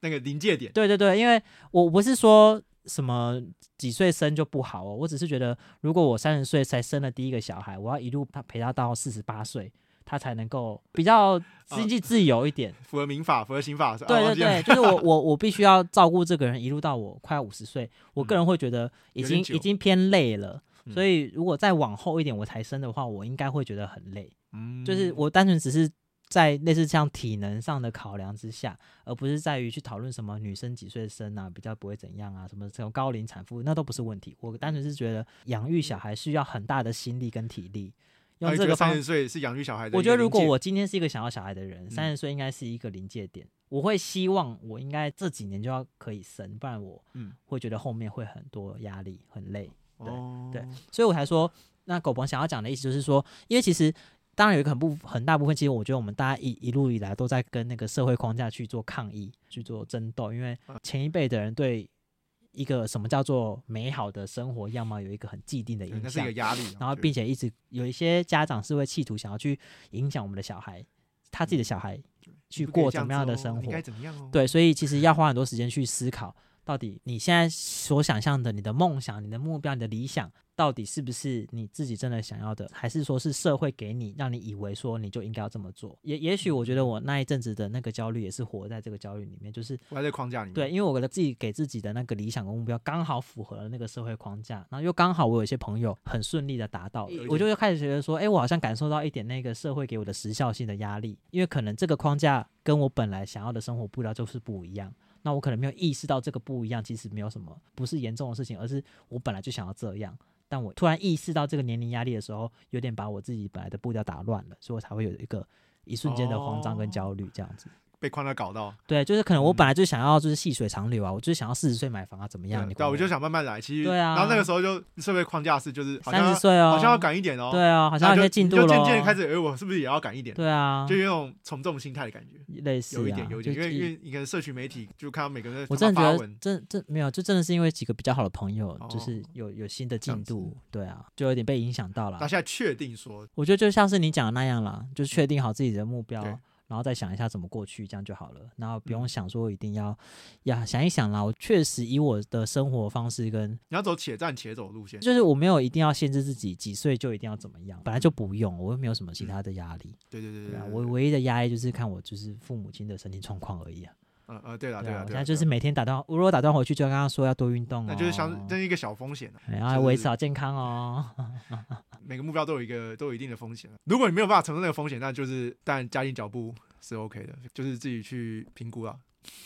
S2: 那个临界点，
S1: 对对对，因为我不是说什么几岁生就不好哦，我只是觉得如果我三十岁才生了第一个小孩，我要一路陪他到四十八岁，他才能够比较经济自由一点。
S2: 符合民法、符合刑法，是吧
S1: 对
S2: 啊
S1: 对
S2: 忘记
S1: 对，
S2: 了
S1: 就是我我我必须要照顾这个人一路到我快五十岁，我个
S2: 嗯
S1: 人会觉得已
S2: 有
S1: 经
S2: 点
S1: 已
S2: 久
S1: 经偏累了。
S2: 嗯
S1: 所以，如果再往后一点我才生的话，我应该会觉得很累。
S2: 嗯
S1: 就是我单纯只是在类似像体能上的考量之下，而不是在于去讨论什么女生几岁生啊，比较不会怎样啊，什么这种高龄产妇那都不是问题。我单纯是觉得养育小孩需要很大的心力跟体力，
S2: 那
S1: 用
S2: 你
S1: 这
S2: 觉
S1: 个
S2: 得
S1: 方
S2: 三十岁是养育小孩的
S1: 我
S2: 一个
S1: 觉
S2: 临界，
S1: 得如果我今天是一个想要小孩的人，
S2: 嗯
S1: 三十岁应该是一个临界点。我会希望我应该这几年就要可以生，不然我
S2: 嗯
S1: 会觉得后面会很多压力，很累。
S2: 哦
S1: 对所以我才说，那狗鹏想要讲的意思就是说，因为其实当然有一个很部很大部分，其实我觉得我们大家一一路以来都在跟那个社会框架去做抗议、去做争斗，因为
S2: 啊
S1: 前一辈的人对一个什么叫做美好的生活样貌有一个很既定的
S2: 对那
S1: 印
S2: 是一
S1: 象
S2: 个，压力啊，
S1: 然后
S2: 我觉
S1: 并且一直有一些家长是会企图想要去影响我们的小孩，他自己的小孩
S2: 得
S1: 去
S2: 嗯你不可以
S1: 过
S2: 这
S1: 怎么
S2: 子
S1: 样的
S2: 哦
S1: 生
S2: 你
S1: 活
S2: 该，怎么样哦，
S1: 对，所以其实要花很多时间去思考，到底你现在所想象的、你的梦想、你的目标、你的理想，到底是不是你自己真的想要的，还是说是社会给你，让你以为说你就应该要这么做？也也许我觉
S2: 嗯
S1: 得我那一阵子的那个焦虑也是活在这个焦虑里面，就是
S2: 活在框架里面，
S1: 对，因为我的自己给自己的那个理想跟目标刚好符合了那个社会框架，然后又刚好我有一些朋友很顺利的达到
S2: 有一，
S1: 我
S2: 点
S1: 就开始觉得说，哎，我好像感受到一点那个社会给我的时效性的压力，因为可能这个框架跟我本来想要的生活步调就是不一样。那我可能没有意识到这个不一样，其实没有什么不是严重的事情，而是我本来就想要这样，但我突然意识到这个年龄压力的时候，有点把我自己本来的步调打乱了，所以我才会有一个一瞬间的慌张跟
S2: 哦
S1: 焦虑这样子。
S2: 被框架搞到，
S1: 对，就是可能我
S2: 嗯
S1: 本来就想要就是细水长流啊，我就是想要四十岁买房啊，怎么样？你
S2: 对，
S1: 管
S2: 我就想慢慢来，其实
S1: 对啊
S2: 然后那个时候就社会框架是就是好
S1: 三
S2: 像
S1: 十岁哦，
S2: 好像要赶一点哦，
S1: 对啊，好
S2: 然后就，好
S1: 像有些进度
S2: 就
S1: 了，
S2: 渐渐开始，哎，我是不是也要赶一点？
S1: 对啊
S2: 就，有一种从众心态的感觉，
S1: 类似啊
S2: 有一点，有一点，因
S1: 就
S2: 为
S1: 一
S2: 因为你看社群媒体就看到每个人在
S1: 我
S2: 发
S1: 真的
S2: 发
S1: 觉得
S2: 文，
S1: 真真没有，就真的是因为几个比较好的朋友，就
S2: 哦
S1: 是有有新的
S2: 这样
S1: 进
S2: 子
S1: 度，对啊，就有点被影响到了
S2: 那。现在确定说，
S1: 我觉得就像是你讲的那样啦，就确定好自己的目标
S2: 对，嗯
S1: 然后再想一下怎么过去，这样就好了。然后不用想说一定要呀，想一想啦。我确实以我的生活方式跟
S2: 你要走且战且走路线，
S1: 就是我没有一定要限制自己几岁就一定要怎么样，本来就不用，我又没有什么
S2: 嗯
S1: 其他的压力。
S2: 对对对
S1: 对
S2: 对
S1: 啊
S2: 对，，
S1: 我唯一的压力就是看我就是父母亲的身体状况而已啊。
S2: 呃呃，对了
S1: 对
S2: 对了，
S1: 我
S2: 对
S1: 现
S2: 啦
S1: 在就
S2: 对
S1: 是
S2: 啦
S1: 每天打断，我如果打断回去，就跟他说要多运动哦，
S2: 那就是相这是一个小风险啊
S1: 然后要
S2: 就是
S1: 维持好健康哦。
S2: 每个目标都有一个都有一定的风险啊。如果你没有办法承受那个风险，那就是但加紧脚步是 OK 的，就是自己去评估啊。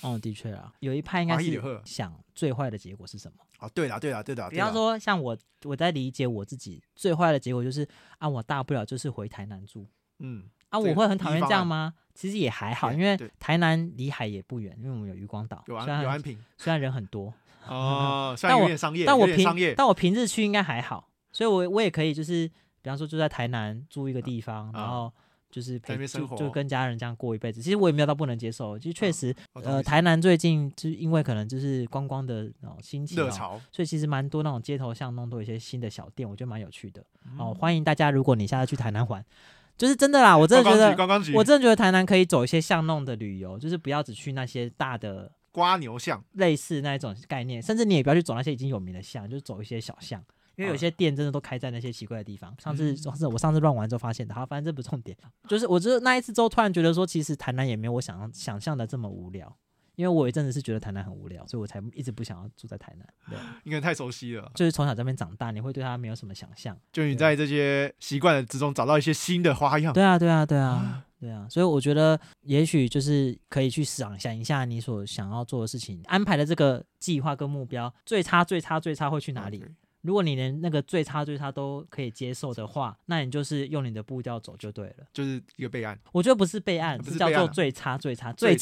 S1: 嗯，的确啊，有一派应该
S2: 蚂蚁
S1: 是
S2: 的鹤
S1: 想最坏的结果是什么。
S2: 哦，对啦对啦对啦，
S1: 比
S2: 对啦
S1: 方说，像我，我在理解我自己最坏的结果就是啊，我大不了就是回台南住
S2: 嗯，
S1: 啊，
S2: 这个
S1: 我会很讨
S2: 第一
S1: 厌
S2: 方
S1: 这样
S2: 案
S1: 吗？其实也还好，
S2: 对
S1: 因为
S2: 对
S1: 台南离海也不远，因为我们有渔光岛，
S2: 有啊
S1: 虽
S2: 安有安
S1: 然
S2: 平
S1: 虽然人很多，
S2: 哦，虽
S1: 但
S2: 然有
S1: 我
S2: 点商业，
S1: 但我
S2: 有点商
S1: 平
S2: 业，
S1: 但我平日去应该还好，所以我我也可以就是，比方说就在台南租一个地方，然
S2: 啊
S1: 后就是
S2: 那
S1: 陪
S2: 边生
S1: 就就
S2: 活
S1: 跟家人这样过一辈子。其实我也没有到不能接受，其实确
S2: 啊
S1: 实，
S2: 我懂
S1: 呃，
S2: 意思
S1: 台南最近就是因为可能就是观光的哦兴起、
S2: 热
S1: 哦，
S2: 潮
S1: 所以其实蛮多那种街头巷弄都有一些新的小店，我觉得蛮有趣的
S2: 嗯
S1: 哦。欢迎大家，如果你下次去台南玩，就是真的啦，我真的觉
S2: 观光局
S1: 得。
S2: 观光局
S1: 我真的觉得台南可以走一些巷弄的旅游，就是不要只去那些大的
S2: 瓜牛巷，
S1: 类似那一种概念，甚至你也不要去走那些已经有名的巷，就走一些小巷，因为有
S2: 嗯
S1: 些店真的都开在那些奇怪的地方。上次
S2: 嗯
S1: 上次我上次乱玩之后发现的，好，反正这不是重点，就是我就是那一次之后突然觉得说，其实台南也没有我想象想象的这么无聊。因为我有一阵子是觉得台南很无聊，所以我才一直不想要住在台南。 对，
S2: 应该太熟悉了。
S1: 就是从小在那边长大，你会对它没有什么想 象。
S2: 就你
S1: 对
S2: 在这些习惯之中找到一些新的花样。
S1: 对啊，对啊，对 啊，对啊。所以我觉得，也许就是可以去想想一下你所想要做的事情，安排的这个计划跟目标，最差最差最差会去哪里？
S2: OK？
S1: 如果你连那个最差最差都可以接受的话，那你就是用你的步调走就对了。
S2: 就是一个备案，
S1: 我觉得不是备案，
S2: 不是
S1: 叫
S2: 备案
S1: 做
S2: 啊
S1: 最差最差
S2: 差
S1: 惨
S2: 最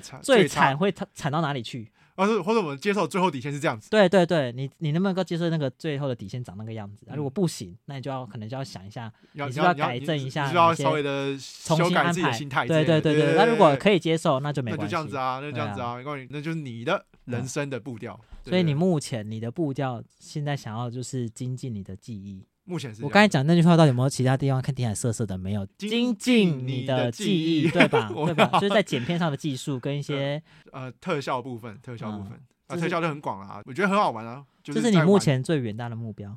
S2: 差
S1: 最
S2: 差
S1: 惨，会惨惨到哪里去？
S2: 而是或者我们接受最后底线是这样子。
S1: 对对对，你你能不能够接受那个最后的底线长那个样子？啊，如果
S2: 嗯
S1: 不行，那你就要可能就要想一下，
S2: 你要
S1: 你
S2: 你
S1: 是不是
S2: 你
S1: 要
S2: 要
S1: 改
S2: 你
S1: 正
S2: 你
S1: 一下
S2: 你是
S1: 哪
S2: 要
S1: 些
S2: 稍微的
S1: 重
S2: 修
S1: 新
S2: 改
S1: 安
S2: 自己的
S1: 排。
S2: 心态之类
S1: 对
S2: 的。
S1: 对
S2: 对
S1: 对，那如果可以接受，那就没
S2: 那就
S1: 关
S2: 这样
S1: 系
S2: 子。啊，那就这样子
S1: 对啊
S2: 啊，没关系，那就是你的人生的步调。对
S1: 所以
S2: 对
S1: 你
S2: 对
S1: 目前你的步调现在想要就是精进你的技艺。
S2: 目前是
S1: 我
S2: 这
S1: 刚才
S2: 样
S1: 讲那句话到底有没有其他地方看听起来涩涩的？没有，
S2: 精
S1: 精
S2: 进
S1: 进
S2: 你
S1: 你
S2: 的
S1: 的
S2: 技
S1: 技艺，
S2: 艺
S1: 对 吧？
S2: 我
S1: 对吧？就是在剪片上的技术跟一些，
S2: 呃特效部分，特效部分
S1: 这嗯
S2: 啊，
S1: 是
S2: 特效就很广啊，我觉得很好玩啊。就
S1: 这
S2: 是
S1: 是你
S2: 在
S1: 目
S2: 玩
S1: 前最远大的目标。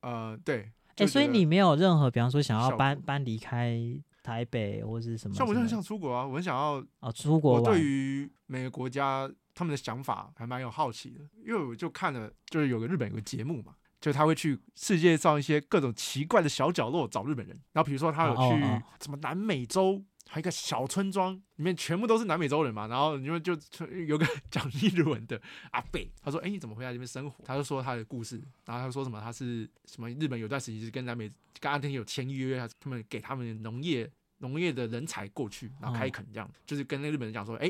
S2: 呃对，
S1: 哎，
S2: 就
S1: 所以
S2: 觉得
S1: 你没有任何，比方说想要
S2: 效
S1: 搬搬离开台北或是什么什
S2: 像
S1: 么，
S2: 我就很想出国啊，我很想要，
S1: 哦出国
S2: 我
S1: 玩
S2: 对，于每个国家他们的想法还蛮有好奇的，因为我就看了，就是有个日本有个节目嘛，就他会去世界上一些各种奇怪的小角落找日本人，然后比如说他有
S1: 哦哦哦
S2: 去什么南美洲。还有一个小村庄，里面全部都是南美洲人嘛，然后你们就就有个 讲日文的阿贝，他说：“哎、你怎么会在这边生活？”他就说他的故事，然后他说什么他是什么日本有段时期是跟南美跟阿根廷有签约，啊他们给他们农业农业的人才过去，然后开垦这样，就是跟那个日本人讲说：“哎、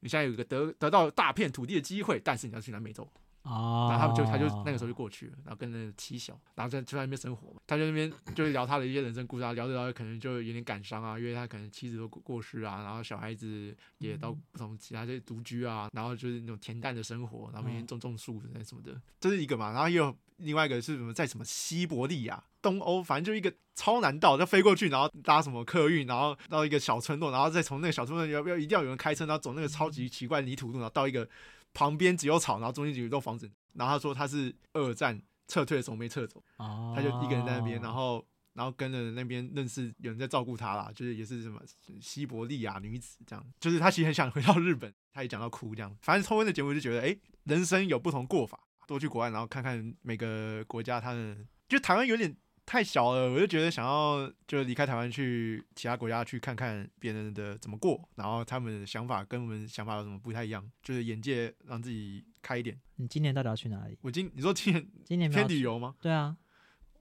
S2: 你现在有一个得得到大片土地的机会，但是你要去南美洲。”
S1: 哦，
S2: 然后他们就他就那个时候就过去了，然后跟那个七小，然后在就在那边生活嘛，他就在那边就是聊他的一些人生故事啊，聊着聊着可能就有点感伤啊，因为他可能妻子都过过世啊，然后小孩子也到不同其他这些独居啊，然后就是那种恬淡的生活，然后每天
S1: 嗯
S2: 种种树什么的，这是一个嘛，然后也有另外一个是什么在什么西伯利亚、东欧，反正就一个超南岛，就飞过去，然后搭什么客运，然后到一个小村落，然后再从那个小村落要不要一定要有人开车，然后走那个超级奇怪的泥土路，然后到一个旁边只有草，然后中间只有一栋房子，然后他说他是二战撤退的时候没撤走，
S1: 哦，
S2: 他就一个人在那边，然后。然后跟着那边认识有人在照顾他啦，就是也是什么西伯利亚女子这样，就是他其实很想回到日本，他也讲到哭这样。反正抽温的节目就觉得，哎，人生有不同过法，多去国外，然后看看每个国家他们，就台湾有点太小了，我就觉得想要就离开台湾去其他国家去看看别人的怎么过，然后他们的想法跟我们想法有什么不太一样，就是眼界让自己开一点。
S1: 你今年到底要去哪里？
S2: 我今你说今年
S1: 今年没
S2: 偏
S1: 有
S2: 旅游吗？
S1: 对啊，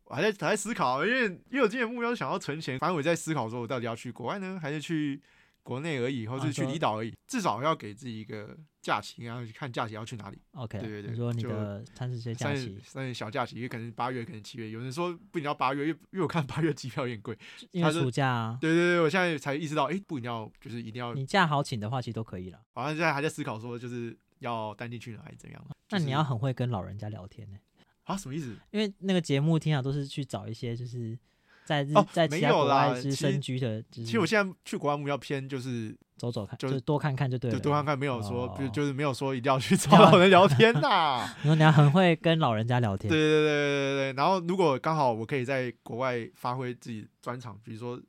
S2: 我还在还在思考，因为因为我今年目标是想要存钱，反正我在思考说，我到底要去国外呢，还是去国内而已，或
S1: 啊
S2: 是去
S1: 说
S2: 离岛而已，至少要给自己一个假期，然后去看假期要去哪里。
S1: OK，
S2: 对对对
S1: 你说你
S2: 就
S1: 的三十岁假
S2: 三
S1: 期，
S2: 三小假期，因为可能八月，可能七月，有人说不一定要八月，因为因为我看八月机票有点贵。
S1: 因
S2: 他
S1: 为
S2: 就
S1: 暑假啊，
S2: 对对对，我现在才意识到，哎、不一定要，就是一定要，
S1: 你假好请的话，其实都可以了。
S2: 好像现在还在思考说，就是要带进去哪里怎样。
S1: 那
S2: 就是
S1: 你要嗯很会跟老人家聊天呢、
S2: 啊，什么意思？
S1: 因为那个节目听啊都是去找一些就是在日、
S2: 哦
S1: 在
S2: 没
S1: 其他
S2: 有
S1: 国
S2: 啦
S1: 外是
S2: 其实
S1: 生居的，就
S2: 其实我
S1: 是
S2: 现在去国外目标偏就是
S1: 走走看，
S2: 就
S1: 就多看看就对了。
S2: 就多看看，没有说，
S1: 哦
S2: 就就是没有说一定要 去找老人聊天呐、
S1: 你说你要很会跟老人家聊天
S2: 对，对对对对对。然后如果刚好我可以在国外发挥自己专长，比如说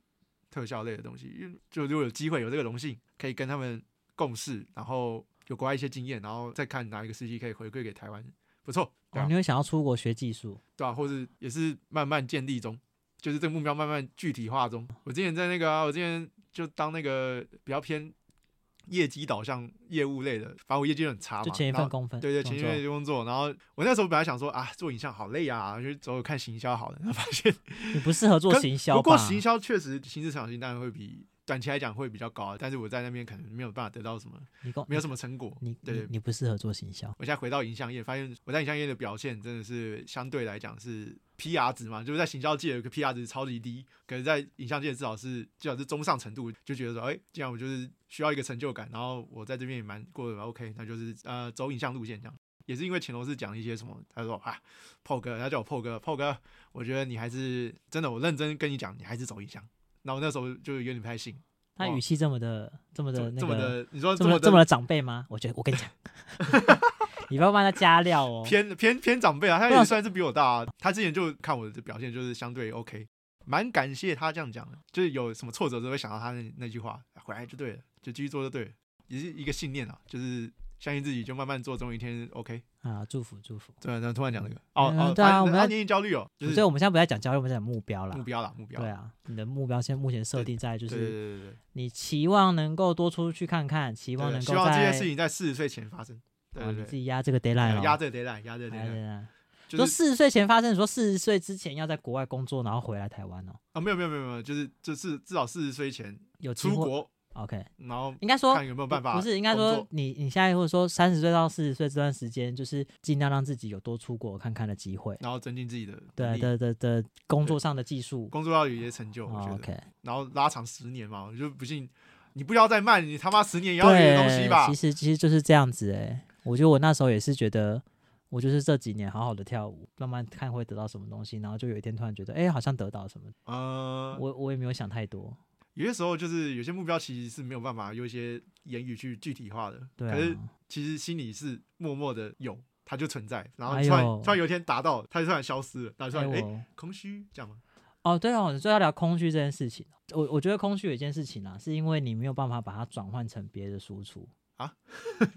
S2: 特效类的东西，因为就如果有机会有这个荣幸，可以跟他们共事，然后有国外一些经验，然后再看哪一个时期可以回馈给台湾，不错，对
S1: 哦，
S2: 啊
S1: 你，会想要出国学技术，
S2: 对啊，或是也是慢慢建立中，就是这个目标慢慢具体化中。我之前在那个、啊，我之前就当那个比较偏。业绩导向业务类的，反正我业绩就很差嘛，
S1: 就前一
S2: 然后
S1: 份工分
S2: 对对，
S1: 工
S2: 前
S1: 作
S2: 面工作，然后我那时候本来想说啊，做影像好累啊，就走走看行销好了。然后发 现，
S1: 你不适合做
S2: 可
S1: 行销吧？
S2: 不过行销确实薪资成长性当然会比短期来讲会比较高啊，但是我在那边可能没有办法得到什么，
S1: 你跟
S2: 没有什么成果。
S1: 你
S2: 对
S1: 你你不适合做行销，
S2: 我现在回到影像业，发现我在影像业的表现真的是相对来讲是 PR 值嘛，就是在行销界有个 PR 值超级低，可是在影像界至少是至少是中上程度，就觉得说，哎、这样我就是需要一个成就感，然后我在这边也蛮过得蛮 OK，那就是呃走影像路线这样。也是因为乾隆是讲一些什么，他说啊，Paul 哥，他叫我 Paul 哥，Paul 哥，我觉得你还是真的，我认真跟你讲，你还是走影像。然后我那时候就有点不太信，
S1: 他
S2: 哇
S1: 语气这么的这么
S2: 哦这
S1: 的
S2: 么
S1: 那
S2: 这么
S1: 个
S2: 的，你说
S1: 这
S2: 这
S1: 么
S2: 么
S1: 的这么的长辈吗？我觉得我跟你 讲，你不要帮他加料哦。
S2: 偏偏偏长辈啊，他
S1: 对啊
S2: 也算是比我大、啊。他之前就看我的表现，就是相对 OK，蛮感谢他这样讲的。就是有什么挫折都会想到他那那句话，回来就对了，就继续做就对了，也是一个信念啊，就是相信自己，就慢慢做，总有一天 OK。
S1: 啊，祝福祝福。
S2: 对啊，那突然讲这个，哦、
S1: 嗯
S2: 哦，
S1: 对啊
S2: 他
S1: 我们要
S2: 他年龄焦虑哦，就
S1: 所以
S2: 是
S1: 我们现在不在讲交流，我们在讲目标啦。
S2: 目标啦，目标。
S1: 对啊，你的目标现在目前设
S2: 对
S1: 定在就
S2: 对对
S1: 是
S2: 对对对
S1: 你期望能够多出去看看，期望
S2: 对，
S1: 能
S2: 希
S1: 够
S2: 望这
S1: 在
S2: 件事情在四十岁前发生。对
S1: 啊，你
S2: 对
S1: 自
S2: 对，
S1: 己哎压这个 deadline 哦，
S2: 压这个 deadline，压这个
S1: 压
S2: deadline，
S1: deadline。
S2: 就
S1: 说
S2: 是
S1: 四十岁前发生，你说四十岁之前要在国外工作，然后回来台湾哦，
S2: 啊，没有没有没有没有，就是就是至少四十岁前
S1: 有机
S2: 出
S1: 会。
S2: 国，
S1: OK，
S2: 然后
S1: 应该说
S2: 看有没有办法
S1: 不
S2: 工作。
S1: 是应该说你你现在或者说三十岁到四十岁这段时间，就是尽量让自己有多出国看看的机会。
S2: 然后增进自己的能
S1: 对啊
S2: 力，
S1: 的的的工作上的技术。
S2: 工作要有一些成就，我觉
S1: 哦
S2: 得，
S1: OK，
S2: 然后拉长十年嘛，我就不信你不要再慢，你他妈十年也要有一些东西
S1: 对，
S2: 吧
S1: 其。实其实就是这样子哎、我觉得我那时候也是觉得，我就是这几年好好的跳舞，慢慢看会得到什么东西，然后就有一天突然觉得，哎、好像得到什么，
S2: 呃，
S1: 我我也没有想太多。
S2: 有些时候就是有些目标其实是没有办法用一些言语去具体化的，
S1: 对
S2: 可是
S1: 啊，
S2: 其实心里是默默的有，它就存在，然后
S1: 哎
S2: 突然、
S1: 呦
S2: 突然有一天达到，它就突然消失了，然后突
S1: 哎
S2: 然哎、
S1: 我
S2: 空虚这样吗？
S1: 哦，对哦，你说要聊空虚这件事情，我我觉得空虚有一件事情啊，是因为你没有办法把它转换成别的输出。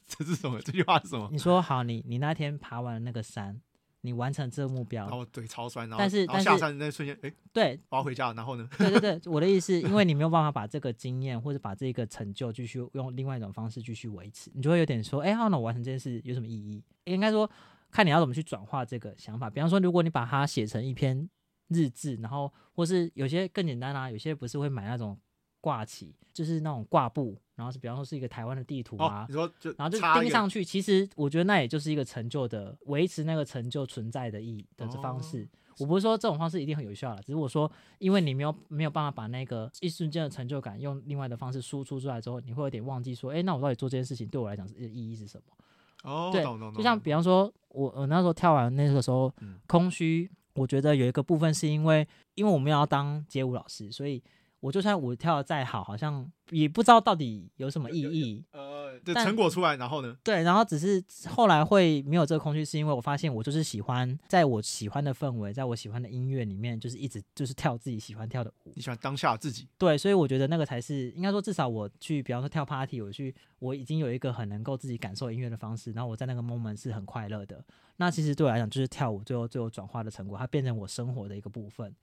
S2: 这是什么？这句话是什么？
S1: 你说好，你你那天爬完那个山，你完成这个目标
S2: 然，后嘴超酸，然后
S1: 但是
S2: 然后
S1: 但
S2: 下
S1: 是
S2: 山那瞬间，哎，
S1: 对
S2: 我要回家了，然后呢？
S1: 对对对，我的意思，因为你没有办法把这个经验或者把这个成就继续用另外一种方式继续维持，你就会有点说，哎，好，那我完成这件事有什么意义？应该说，看你要怎么去转化这个想法。比方说，如果你把它写成一篇日志，然后或是有些更简单啊啦、有些不是会买那种挂旗，就是那种挂布，然后是比方说是一个台湾的地图啊
S2: 哦，，你说就
S1: 然后就
S2: 插一
S1: 钉
S2: 个
S1: 上去。其实我觉得那也就是一个成就的维持那个成就存在的意义的这方式。
S2: 哦
S1: 我不是说这种方式一定很有效了，只是我说，因为你没有没有办法把那个一瞬间的成就感用另外的方式输出出来之后，你会有点忘记说，哎，那我到底做这件事情对我来讲是呃意义是什么？
S2: 哦，
S1: 对
S2: 懂懂懂，
S1: 就像
S2: 懂
S1: 比方说，我我那时候跳完那个时候
S2: 嗯
S1: 空虚，我觉得有一个部分是因为，因为我们要当街舞老师，所以我就算我跳的再好，好像也不知道到底有什么意
S2: 有有
S1: 义。
S2: 呃，这
S1: 但
S2: 成果出来，然后呢？
S1: 对，然后只是后来会没有这个空虚，是因为我发现我就是喜欢，在我喜欢的氛围，在我喜欢的音乐里面，就是一直就是跳自己喜欢跳的舞。
S2: 你喜欢当下自己，
S1: 对，啊所以我觉得那个才是应该说，至少我去，比方说跳 party，我去，我已经有一个很能够自己感受音乐的方式，然后我在那个 moment 是很快乐的。那其实对我来讲，就是跳舞最后最后转化的成果，它变成我生活的一个部分。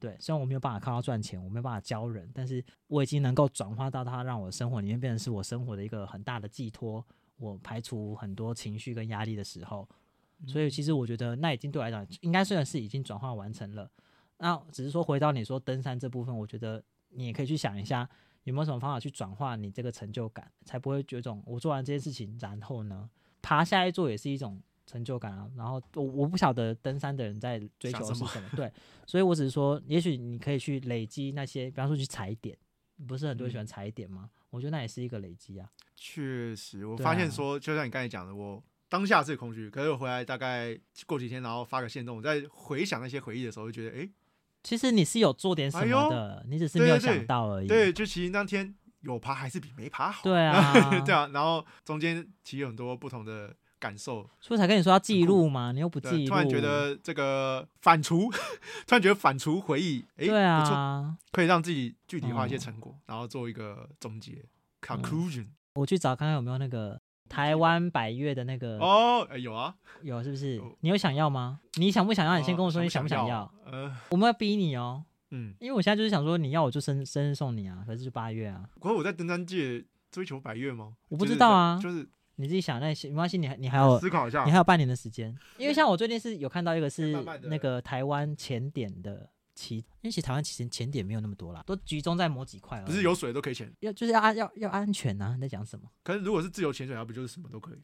S1: 对，虽然我没有办法靠它赚钱，我没有办法教人，但是我已经能够转化到它，让我生活里面变成是我生活的一个很大的寄托，我排除很多情绪跟压力的时候。所以其
S2: 嗯
S1: 实我觉得那已经对我来讲，应该虽然是已经转化完成了，那只是说回到你说登山这部分，我觉得你也可以去想一下，有没有什么方法去转化你这个成就感，才不会有一种我做完这件事情，然后呢，爬下一座也是一种成就感啊。然后我我不晓得登山的人在追求的
S2: 想什
S1: 是
S2: 么
S1: 什么，对，所以我只是说，也许你可以去累积那些，比方说去踩点，不是很多人喜
S2: 嗯
S1: 欢踩点吗？我觉得那也是一个累积啊。
S2: 确实，我
S1: 对
S2: 发
S1: 啊
S2: 现说，就像你刚才讲的，我当下是空虚，可是我回来大概过几天，然后发个现动，我在回想那些回忆的时候，就觉得，哎，
S1: 其实你是有做点什
S2: 哎
S1: 么
S2: 呦
S1: 的，你只是
S2: 对
S1: 没有
S2: 对对
S1: 想到而已。
S2: 对，就其实那天有爬还是比没爬好，
S1: 对 啊，
S2: 对啊，然后中间其实有很多不同的感受，
S1: 所以才跟你说要记
S2: 很酷
S1: 录嘛，你又不记
S2: 对，
S1: 录，
S2: 突然觉得这个反刍， 突然觉得反刍回忆，哎，
S1: 对
S2: 不错，
S1: 啊。
S2: 可以让自己具体化一些
S1: 嗯
S2: 成果，然后做一个总结 conclusion。
S1: 我去找看看有没有那个台湾百越的那个、
S2: 哦，哎有啊，
S1: 有是不是
S2: 有？
S1: 你有想要吗？你想不想啊要？你先
S2: 哦
S1: 跟我说你
S2: 想
S1: 不
S2: 不
S1: 想
S2: 要
S1: 要，？
S2: 呃，
S1: 我们要逼你哦，
S2: 嗯，
S1: 因为我现在就是想说你要我就生生日送你啊，可是就八月啊，
S2: 可是我在登山界追求百越吗？
S1: 我不
S2: 就是
S1: 知道啊
S2: 就是
S1: 你自己想那些没关系，你还你还有
S2: 思考一下
S1: 你。还有半年的时间，因为像我最近是有看到一个是
S2: 慢慢地
S1: 那个台湾前点的旗，因为其实台湾其实前点没有那么多啦，都集中在某几块而已，
S2: 不是有水都可以潜，
S1: 要就是要安要要安全呐、啊，你在讲什么？
S2: 可是如果是自由潜水，它不就是什么都可以？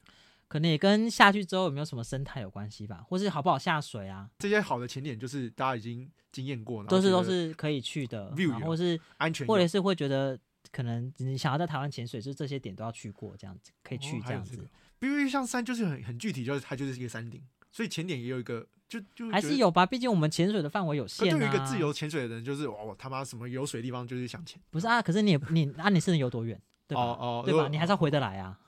S1: 可能也跟下去之后有没有什么生态有关系吧，或是好不好下水啊，
S2: 这些好的潜点就是大家已经经验过，然后
S1: 都是
S2: 觉
S1: 都
S2: 得
S1: 是可以去的，
S2: view
S1: 然
S2: 有
S1: 后是
S2: 安全有，
S1: 或者是会觉得可能你想要在台湾潜水，就是这些点都要去过，这样子可以
S2: 哦
S1: 去这
S2: 还有
S1: 样子
S2: 这个，因为像山就是很很具体，就是它就是一个山顶，所以潜点也有一个就就
S1: 还
S2: 觉
S1: 是
S2: 得。
S1: 有吧？毕竟我们潜水的范围有
S2: 可
S1: 限
S2: 对于一
S1: 啊。
S2: 个自由潜水的人，就是哇，我他妈什么有水地方就是想潜。
S1: 不是啊？可是你也你啊，你是能游多远？对吧？
S2: 哦哦，
S1: 对
S2: 如
S1: 吧？
S2: 果
S1: 你还是要回得来 啊。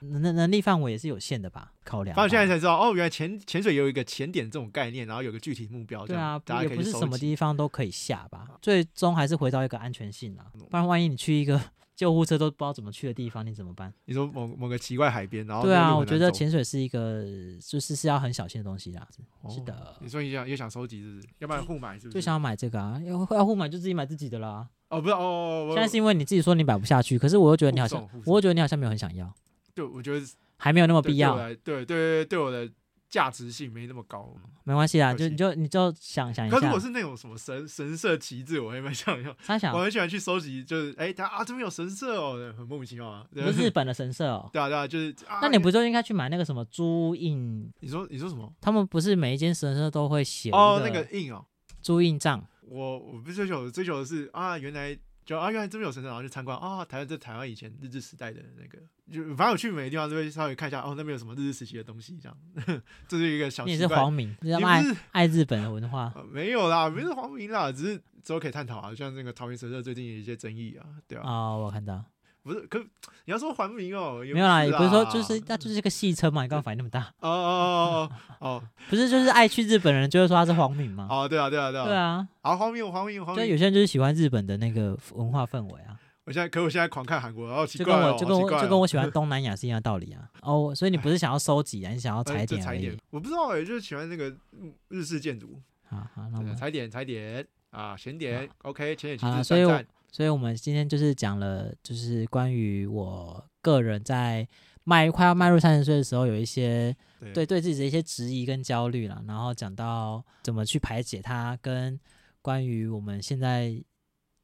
S1: 能能能力范围也是有限的吧？考量吧。
S2: 反正现在才知道，哦，原来潜潜水有一个潜点这种概念，然后有个具体目标，这
S1: 对
S2: 样
S1: 啊，
S2: 大家
S1: 也
S2: 可以
S1: 不
S2: 去
S1: 是
S2: 收
S1: 什么
S2: 集
S1: 地方都可以下吧，最终还是回到一个安全性
S2: 嗯
S1: 啊。不然万一你去一个救护车都不知道怎么去的地方，你怎么办？
S2: 你说某某个奇怪海边，然后
S1: 对
S2: 那个
S1: 啊，
S2: 路
S1: 我
S2: 很
S1: 觉
S2: 难
S1: 得
S2: 走
S1: 潜水是一个就是是要很小心的东西啦。是
S2: 哦
S1: 的
S2: 你说你想也想收集是不是？要不然互买是不是？
S1: 就想要买这个啊，要要互买就自己买自己的啦。
S2: 哦，不是哦哦，我
S1: 现在是因为你自己说你买不下去，可是我又觉得你好像
S2: 互送互，送
S1: 我又觉得你好像没有很想要，
S2: 就我觉得
S1: 还没有那么
S2: 对
S1: 必要，
S2: 对对对对对我来对我的价值性没那么高。
S1: 没关系啦，
S2: 可惜
S1: 就你就你就想想一
S2: 可如果
S1: 下，
S2: 是那种什么神神社旗帜，我还蛮想要。
S1: 他想
S2: 我很喜欢去收集，就是哎，他啊这边有神社哦，很莫名其妙啊。
S1: 不是日本的神社哦，
S2: 对啊对啊，就是啊。
S1: 那你不就应该去买那个什么朱印？
S2: 你说你说什么？
S1: 他们不是每一间神社都会写
S2: 哦，
S1: 一
S2: 那个印哦，
S1: 朱印账？
S2: 我我不是追求我追求的是啊，原来就啊原来这边有神社，然后去参观啊，台湾这台湾以前日治时代的那个，就反正我去每个地方都会稍微看一下哦，那边有什么日治时期的东西这样， 这是一个小
S1: 你也
S2: 习
S1: 是啊
S2: 惯。
S1: 皇民，你
S2: 你
S1: 要
S2: 不
S1: 爱
S2: 是
S1: 爱日本的文化。
S2: 呃没有啦，不是黄明啦，只是之后可以探讨啊，像那个桃园神社最近有一些争议啊，对啊，
S1: 哦，我看到，
S2: 不是，可你要说还名哦，也
S1: 没有啦，
S2: 是
S1: 也不是说
S2: 啦嗯
S1: 就是它就是个戏称嘛，你干嘛反应那么大？
S2: 哦哦哦 哦
S1: 不是就是爱去日本人就会说他是皇民吗
S2: 哦？哦，对啊对啊对
S1: 对
S2: 啊，
S1: 啊，
S2: 好黄明黄明黄
S1: 就
S2: 明，
S1: 有些人就是喜欢日本的那个文化氛围啊，
S2: 我现在可我现在狂看韩国，好奇
S1: 就
S2: 怪
S1: 跟
S2: 哦，
S1: 我就跟
S2: 好奇怪
S1: 我
S2: 哦
S1: 就跟我喜欢东南亚是一样的道理啊。哦，所以你不是想要收集啊，你想要
S2: 呃
S1: 踩
S2: 就
S1: 点
S2: 踩
S1: 而
S2: 点
S1: 已。，
S2: 我不知道哎，就是喜欢那个嗯日式建筑，
S1: 好好，那我
S2: 对
S1: 们
S2: 踩点踩点啊，闲点 OK，浅点
S1: 哦好啦啊
S2: 其实
S1: 所以
S2: 赞
S1: 我
S2: 赞
S1: 所以我们今天就是讲了，就是关于我个人在迈快要迈入三十岁的时候，有一些
S2: 对
S1: 对对自己的一些质疑跟焦虑啦，然后讲到怎么去排解它，跟关于我们现在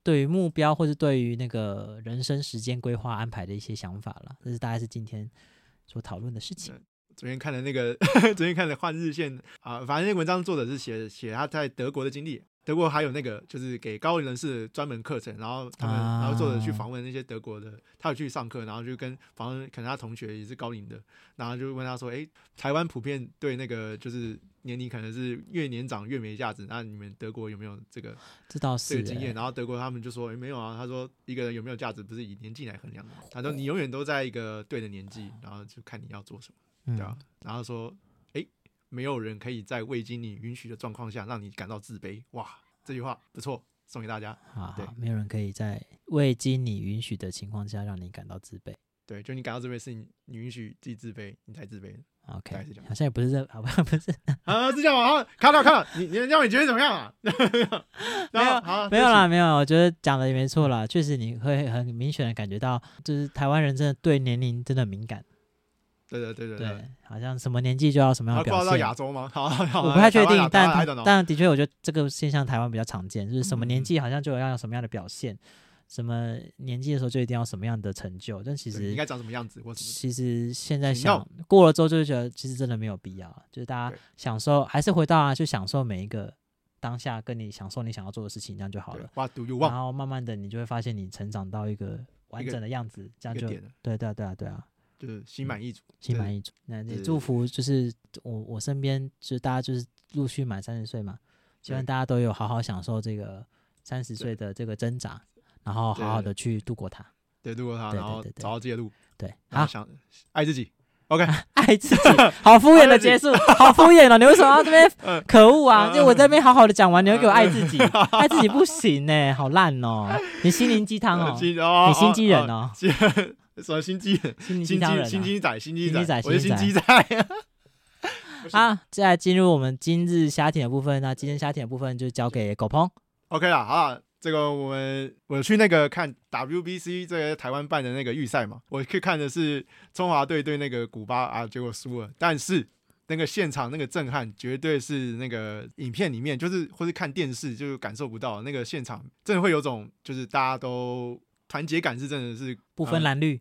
S1: 对于目标或是对于那个人生时间规划安排的一些想法啦，这是大概是今天所讨论的事情。
S2: 昨天看的那个， 昨天看的换日线啊，反正那文章作者是写写他在德国的经历。德国还有那个就是给高龄人士的专门课程，然后他们、
S1: 啊
S2: 然后作者去访问那些德国的，他有去上课，然后就跟访问可能他同学也是高龄的，然后就问他说，哎，台湾普遍对那个就是年龄可能是越年长越没价值，那你们德国有没有这个
S1: 这倒
S2: 这
S1: 是、
S2: 个经验？
S1: 欸，
S2: 然后德国他们就说，哎，没有啊，他说一个人有没有价值不是以年纪来衡量的，他说你永远都在一个对的年纪，然后就看你要做什么。对啊
S1: 嗯，，
S2: 然后说，哎，没有人可以在未经你允许的状况下让你感到自卑。哇，这句话不错，送给大家。
S1: 好
S2: 对
S1: 好，没有人可以在未经你允许的情况下让你感到自卑。
S2: 对，就你感到自卑是你你允许自己自卑，你才自卑的
S1: OK，
S2: 大概是这样
S1: 好像也不是这，好吧，不是，
S2: 啊，是这样吗？啊看到看到，你你让你觉得怎么样啊？ 然后好，
S1: 没有
S2: 啊对不起
S1: 啦，，没有，我觉得讲的也没错啦，确实你会很明显的感觉到，就是台湾人真的对年龄真的敏感，
S2: 对对对对对。
S1: 对，好像什么年纪就要什么样
S2: 他
S1: 的
S2: 挂
S1: 表
S2: 到
S1: 现
S2: 亚。洲吗？好，好
S1: 我不太确定，但
S2: 台
S1: 但但的确，我觉得这个现象台湾比较常见，就是什么年
S2: 嗯
S1: 纪好像就要有什么样的表现，什么年纪的时候就一定要什么样的成就，但其
S2: 其实
S1: 实
S2: 应该长什么样子或什么？
S1: 其实现在
S2: 请用
S1: 想过了之后，就觉得其实真的没有必要，就是大家
S2: 对
S1: 享受，还是回到啊，就享受每一个当下，跟你享受你想要做的事情，这样就好了
S2: 对。，What do you
S1: 然
S2: want？
S1: 后慢慢的你就会发现你成长到一个完整的样子，这样
S2: 一
S1: 就
S2: 个点
S1: 对对啊对啊对啊，
S2: 就是心满意足。
S1: 心
S2: 对
S1: 满意足。那
S2: 对
S1: 也
S2: 对
S1: 祝福就是我我身边就是大家就是陆续满三十岁嘛，希望
S2: 对
S1: 大家都有好好享受这个三十
S2: 对
S1: 岁的这个挣扎，然后好好
S2: 对
S1: 的去度过它。
S2: 对，度过它，
S1: 对
S2: 然
S1: 对
S2: 后
S1: 对对
S2: 找到自己的路，
S1: 对，
S2: 然
S1: 好，
S2: 后 想爱自己。OK，
S1: 爱自己，好敷衍的结 束，好敷衍哦！你为什么要这
S2: 嗯
S1: 边可恶啊？就我这边好好的讲完，你又给我
S2: 嗯
S1: 爱自己， 爱自己不行呢，好烂哦！你心灵鸡汤哦，
S2: 心哦，
S1: 你心机人
S2: 哦，
S1: 哦，
S2: 什么心机人？
S1: 心灵鸡
S2: 心
S1: 汤人
S2: 机
S1: 啊，
S2: 心机仔，心机
S1: 心机
S2: 仔
S1: 仔，
S2: 我是心机
S1: 心机
S2: 仔。
S1: 啊，接下来进入我们今日虾艇的部分。那今天虾艇的部分就交给狗鹏。
S2: OK 啦，好啦，这个我们我去那个看 WBC 这个台湾办的那个预赛嘛，我去看的是中华队对那个古巴啊，结果输了，但是。那个现场那个震撼，绝对是那个影片里面，就是或是看电视就感受不到那个现场，真的会有种就是大家都团结感是真的是
S1: 不分
S2: 嗯
S1: 蓝绿，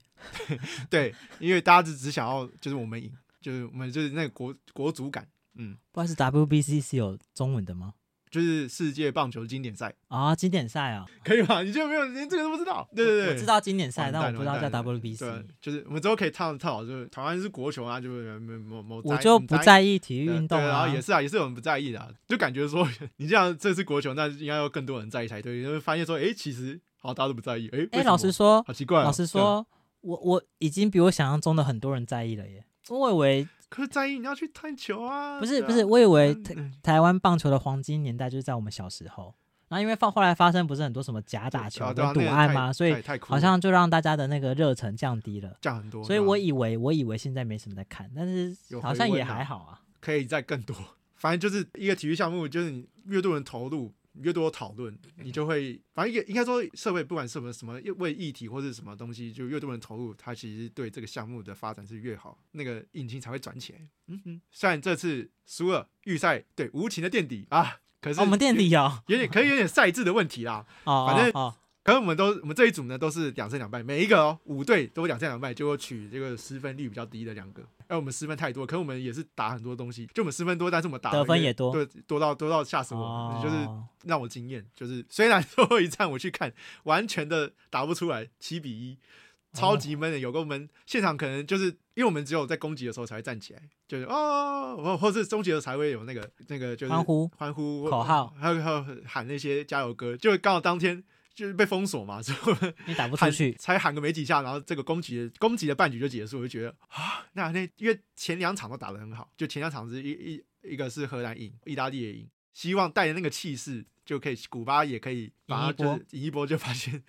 S2: 对，因为大家就只想要就是我们赢，就是我们就是那个国国足感，嗯，
S1: 不知道是 WBC 是有中文的吗？
S2: 就是世界棒球经典赛，
S1: 啊、经典赛啊，
S2: 可以吗？你就没有连这个都不知道？对对对，
S1: 我知。道经典赛，
S2: 完
S1: 但
S2: 蛋
S1: 我不知道
S2: 完
S1: 叫
S2: 蛋对
S1: WBC。，
S2: 就是我们之后可以探讨，就是台湾是国球啊，就是某某某，
S1: 我就不在意体
S2: 意
S1: 育运动
S2: 然
S1: 啊
S2: 后，也是啊，也是我们不在意的、啊，就感觉说 你这样这次国球，那应该要更多人在意才对，就会发现说，哎，其实好大家都不在意，哎，
S1: 哎、
S2: 为什
S1: 老
S2: 么
S1: 实说，
S2: 好奇怪哦、
S1: 老实
S2: 对，
S1: 说，我我已经比我想象中的很多人在意了耶。我以为
S2: 可是在意你要去探球啊，
S1: 不是
S2: 对啊
S1: 不是，，我以为
S2: 嗯
S1: 台
S2: 嗯
S1: 台湾棒球的黄金年代就是在我们小时候。然后因为放后来发生不是很多什么假打球
S2: 啊对啊
S1: 跟赌
S2: 那个
S1: 案
S2: 太
S1: 嘛，所以
S2: 太太酷
S1: 好
S2: 了
S1: 像就让大家的那个热忱降低了。
S2: 降很多，
S1: 所以
S2: 对啊
S1: 我以为我以为现在没什么在看，但是
S2: 有
S1: 好
S2: 回
S1: 像也
S2: 温啊
S1: 还好啊。
S2: 可以再更多。 反正就是一个体育项目，就是你越多人投入，越多讨论，你就会，反正也应该说，社会不管什么什么为议题或是什么东西，就越多人投入，它其实对这个项目的发展是越好，那个引擎才会转起来。嗯哼，虽然这次输了预赛，对无情的垫底啊，可是、
S1: 哦我们垫底 哦，
S2: 有点可以有点赛制的问题啦。
S1: 哦，
S2: 反正
S1: 哦哦
S2: 可是我们都我们这一组呢都是两胜两败，每一个哦五队都两胜两败，结果取这个失分率比较低的两个。哎，我们失分太多，可是我们也是打很多东西，就我们失分多，但是我们打
S1: 得分也多
S2: 对，多到多到吓死我，
S1: 哦
S2: 就是让我惊艳。就是虽然最后一战我去看，完全的打不出来，七比一，超级闷的，
S1: 哦
S2: 有够闷。现场可能就是因为我们只有在攻击的时候才会站起来，就是哦，或或是终结的时候才会有那个那个就是
S1: 欢呼
S2: 欢呼
S1: 口号，
S2: 还有还有喊那些加油歌，就刚好当天就是被封锁嘛，所以我
S1: 你打不出
S2: 喊
S1: 去，
S2: 才喊个没几下，然后这个攻击的攻击的半局就结束，我就觉得啊，那那因为前两场都打得很好，就前两场是一一一个是荷兰赢，意大利也赢，希望带着那个气势就可以，古巴也可以把
S1: 赢一
S2: 它就
S1: 波
S2: 是赢一波，就发现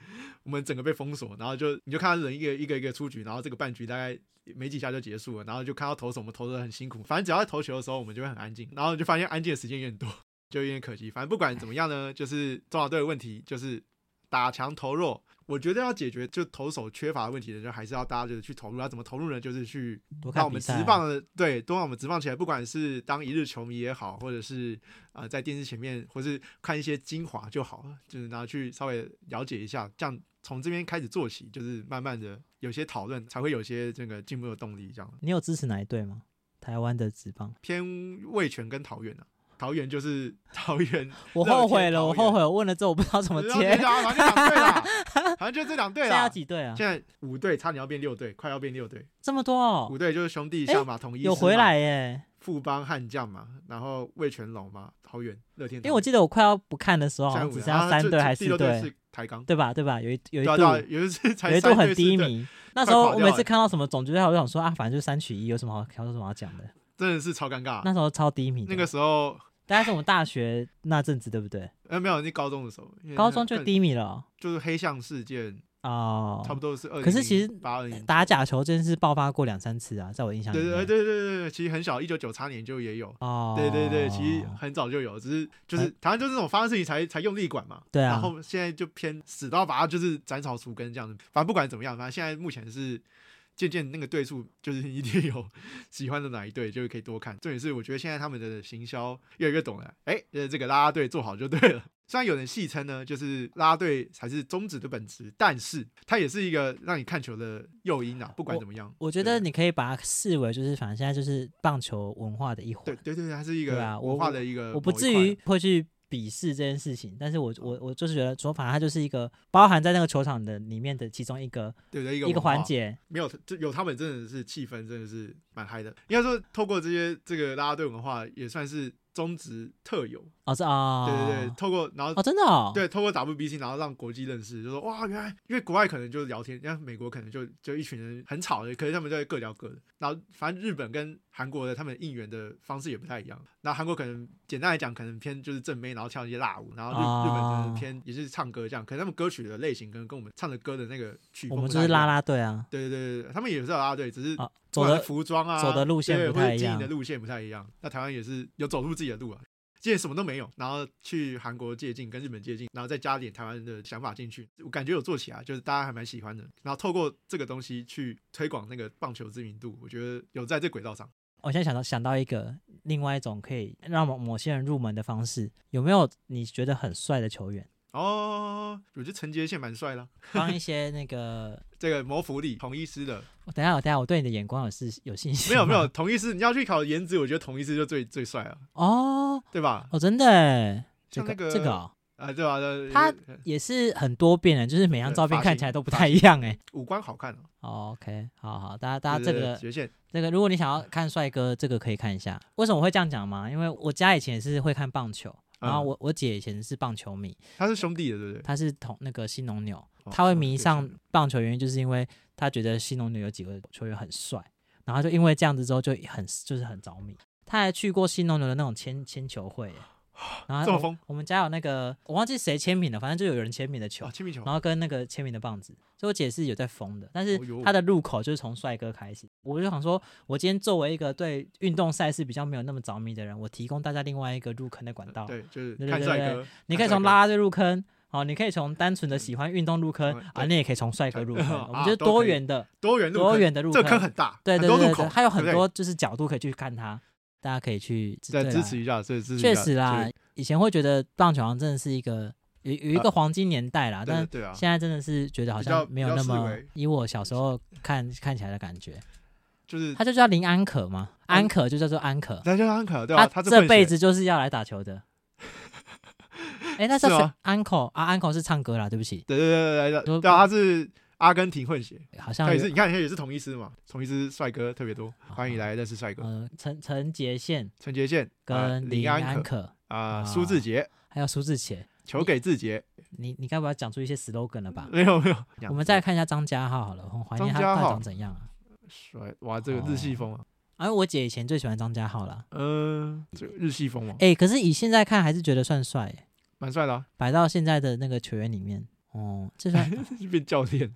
S2: 我们整个被封锁，然后就你就看到人一个一个一个出局，然后这个半局大概。没几下就结束了，然后就看到投手我们投的很辛苦，反正只要在投球的时候我们就会很安静，然后就发现安静的时间有点多，就有点可惜。反正不管怎么样呢，就是中华队的问题就是打强投弱，我觉得要解决就投手缺乏的问题呢，就还是要大家就是去投入。要怎么投入呢？就是去
S1: 多
S2: 让
S1: 看
S2: 我
S1: 比
S2: 们
S1: 赛
S2: 直
S1: 啊、
S2: 棒的对，多让我们直棒起来，不管是当一日球迷也好，或者是呃在电视前面，或是看一些精华就好了，就是拿去稍微了解一下，这样从这边开始做起，就是慢慢的有些讨论，才会有些这个进步的动力。这样
S1: 你有支持哪一队吗？台湾的职棒，
S2: 偏味全跟桃园啊，桃园就是 桃园，
S1: 我
S2: 乐
S1: 后
S2: 天
S1: 悔了，我
S2: 桃
S1: 后
S2: 园
S1: 悔我问了之后我不知道怎么接。
S2: 啊，反正就两队啦，反正就这两队
S1: 现在
S2: 啦
S1: 有。几队啊？
S2: 现在五队差点要变六队，快要变六队。
S1: 这么多哦，
S2: 五队就是兄弟下马统一、
S1: 有回来，耶。
S2: 富邦悍将嘛，然后魏全龙嘛，桃园乐天
S1: 因
S2: 桃
S1: 为
S2: 园，
S1: 我记得我快要不看的时候，好
S2: 三
S1: 像
S2: 五
S1: 只
S2: 人
S1: 剩下
S2: 啊
S1: 三
S2: 就
S1: 队
S2: 就
S1: 还
S2: 第
S1: 四
S2: 六队
S1: 队，
S2: 是台钢，
S1: 对吧？对吧？有一有一
S2: 对啊
S1: 度
S2: 对啊，有一次
S1: 有
S2: 才
S1: 一度
S2: 三
S1: 很
S2: 队
S1: 低
S2: 四队，
S1: 迷。那时
S2: 快
S1: 候
S2: 垮
S1: 我
S2: 掉
S1: 每
S2: 了
S1: 次看到什么总决赛，我就想说啊，反正就三取一，有什么好有什么好讲的？
S2: 真的是超尴尬。
S1: 那时候超低迷的。
S2: 那个时候，
S1: 大概是我们大学那阵子，对不对？
S2: 呃，没有，那高中的时候，因为
S1: 高中就
S2: 更
S1: 低迷了
S2: 就是黑象事件，
S1: 哦。
S2: 差不多是二。
S1: 可是其实
S2: 八二零，
S1: 打假球真是爆发过两三次啊，在我印象里
S2: 对
S1: 面。
S2: 对对对对对，其实很小，一九九八年就也有。
S1: 哦，哎
S2: 对对对，其实很早就有，只是就是台湾就是这种发生事情才才用力管嘛。
S1: 对啊
S2: 然后现在就偏死到把它就是斩草除根这样子，反正不管怎么样，反正现在目前是渐渐那个对数就是一定有喜欢的哪一队，就可以多看。重点是我觉得现在他们的行销越来越懂了，哎，呃这个啦啦队做好就对了。虽然有人戏称呢，就是啦啦队才是宗旨的本质，但是它也是一个让你看球的诱因啊。不管怎么样，
S1: 我觉
S2: 对
S1: 得你可以把它视为就是，反正现在就是棒球文化的一环
S2: 对。对对，它是一
S1: 对
S2: 个
S1: 啊我
S2: 文化的一个某一块，
S1: 我不至于会去鄙视这件事情，但是我我我就是觉得说，反正它就是一个包含在那个球场的里面的其中一个
S2: 对的一
S1: 一
S2: 个
S1: 个
S2: 文化
S1: 环节。
S2: 没有，就有他们真的是气氛真的是蛮嗨的。应该说，透过这些这个啦啦队文化，也算是中职特有。
S1: 哦，是啊，
S2: 对对对，，透过然后、
S1: 哦，真的哦，，
S2: 对透过 WBC，然后让国际认识，就说哇，原来因为国外可能就聊天，像美国可能就就一群人很吵的，可是他们就各聊各的。然后反正日本跟韩国的他们应援的方式也不太一样。那韩国可能简单来讲，可能偏就是正妹，然后跳一些辣舞，然后日、
S1: 哦
S2: 日本可能偏也是唱歌这样，可能他们歌曲的类型跟跟我们唱的歌的那个曲
S1: 我
S2: 风
S1: 们
S2: 不
S1: 就
S2: 太
S1: 是
S2: 一样
S1: 啦啦队啊，
S2: 对对对，他们也是有啦啦队，只是
S1: 啊，
S2: 不
S1: 走
S2: 管是
S1: 的
S2: 服装啊，
S1: 走的路线
S2: 对
S1: 不
S2: 或者
S1: 太一
S2: 经营
S1: 样
S2: 的路线不太一样。那台湾也是有走出自己的路啊，之前什么都没有，然后去韩国借镜，跟日本借镜，然后再加点台湾的想法进去，我感觉有做起来，就是大家还蛮喜欢的。然后透过这个东西去推广那个棒球知名度，我觉得有在这轨道上。
S1: 我现在想到想到一个另外一种可以让某某些人入门的方式，有没有你觉得很帅的球员，
S2: 哦，我觉得陈杰宪蛮帅啦，
S1: 帮一些那个。
S2: 这个谋福利同一师的，
S1: 我等一下，我等一下，我对你的眼光有是有信心
S2: 没
S1: 吗。
S2: 有 没有同一师，你要去考颜值，我觉得同一师就最最帅了，
S1: 哦
S2: 对吧？
S1: 哦，真的欸，这
S2: 像那
S1: 这个、哦、
S2: 啊，对吧？呃
S1: 他也是很多变的，就是每张
S2: 对
S1: 照片
S2: 发
S1: 看
S2: 型
S1: 起来都不
S2: 发
S1: 太一样哎、
S2: 五官好看哦，
S1: 哦 OK，好好，大家大家
S2: 对
S1: 这
S2: 对对
S1: 个
S2: 杰宪
S1: 这个，如果你想要看帅哥，这个可以看一下。为什么我会这样讲嘛？因为我家以前也是会看棒球，然后
S2: 嗯
S1: 我、我姐以前是棒球迷，
S2: 他是兄弟的，对不对？
S1: 她是同那个新农牛，
S2: 哦
S1: 她会迷
S2: 对
S1: 上
S2: 是
S1: 棒球，原因就是因为她觉得新农牛有几个球员很帅，然后她就因为这样子之后就很就是很着迷。她还去过新农牛的那种铅铅球会 欸，然后
S2: 这么
S1: 我
S2: 疯
S1: 我们家有那个我忘记谁签名了，反正就有人签名的球
S2: 啊，，亲密球
S1: 然后跟那个签名的棒子，所以我姐是有在疯的，但是
S2: 哦哟
S1: 她的入口就是从帅哥开始。我就想说，我今天作为一个对运动赛事比较没有那么着迷的人，我提供大家另外一个入坑的管道。
S2: 对，就是
S1: 对对
S2: 看
S1: 对
S2: 帅
S1: 对
S2: 哥，
S1: 你可
S2: 看
S1: 以
S2: 帅
S1: 从
S2: 哥
S1: 啦啦队入坑，好、你可以从单纯的喜欢运动入坑
S2: 啊嗯
S1: 啊，
S2: 对
S1: 你也可以从 帅哥入坑。
S2: 啊
S1: 我们就是
S2: 都
S1: 多
S2: 可以
S1: 元的，
S2: 多元入
S1: 多
S2: 坑，
S1: 元的入
S2: 这个坑
S1: 坑。
S2: 很大，
S1: 对对对
S2: 很多入
S1: 对对，
S2: 口，
S1: 它有
S2: 对不
S1: 很
S2: 对
S1: 多就是角度可以去看它，大家可以去
S2: 再
S1: 对
S2: 支
S1: 啦
S2: 持一下，对支持一
S1: 确
S2: 下
S1: 实啦
S2: 对，
S1: 以前会觉得棒球好像真的是一个有有一
S2: 啊
S1: 个黄金年代啦，但
S2: 对对对啊，
S1: 现在真的是觉得好
S2: 比较
S1: 像没有那
S2: 比较思
S1: 么
S2: 维
S1: 以我小时候看看起来的感觉，
S2: 就是
S1: 他就叫林安可嘛，
S2: 嗯
S1: 安可就叫做安可，
S2: 那就安可对吧？啊他是
S1: 这
S2: 混
S1: 辈
S2: 血
S1: 子就是要来打球 的。哎，那
S2: 是
S1: 叫谁
S2: 吗
S1: ？uncle 啊，uncle 是唱歌啦，对不起，
S2: 对对对对对
S1: 就
S2: 对，对啊他是阿根廷混血，
S1: 好像
S2: 他也
S1: 有
S2: 是你看也是同一师嘛，同一师帅哥特别多，
S1: 好
S2: 欢迎来认识帅哥，
S1: 呃陈陈杰宪
S2: 陈杰宪啊
S1: 跟
S2: 林
S1: 安
S2: 安可
S1: 可，
S2: 啊，
S1: 啊
S2: 苏志杰，
S1: 还有苏志杰，
S2: 求给自己。
S1: 你你该不要讲出一些 slogan 了吧？
S2: 没有没有，
S1: 我们再来看一下张家浩好了，很怀念他
S2: 张家
S1: 到底
S2: 浩
S1: 长怎样啊？
S2: 帅哇，这个日系风啊，
S1: 而、我姐以前最喜欢张家浩啦。
S2: 嗯，这个日系风嘛，
S1: 哎、可是以现在看还是觉得算帅耶、
S2: 蛮帅的啊，
S1: 摆到现在的那个球员里面，哦，这算
S2: 变教练。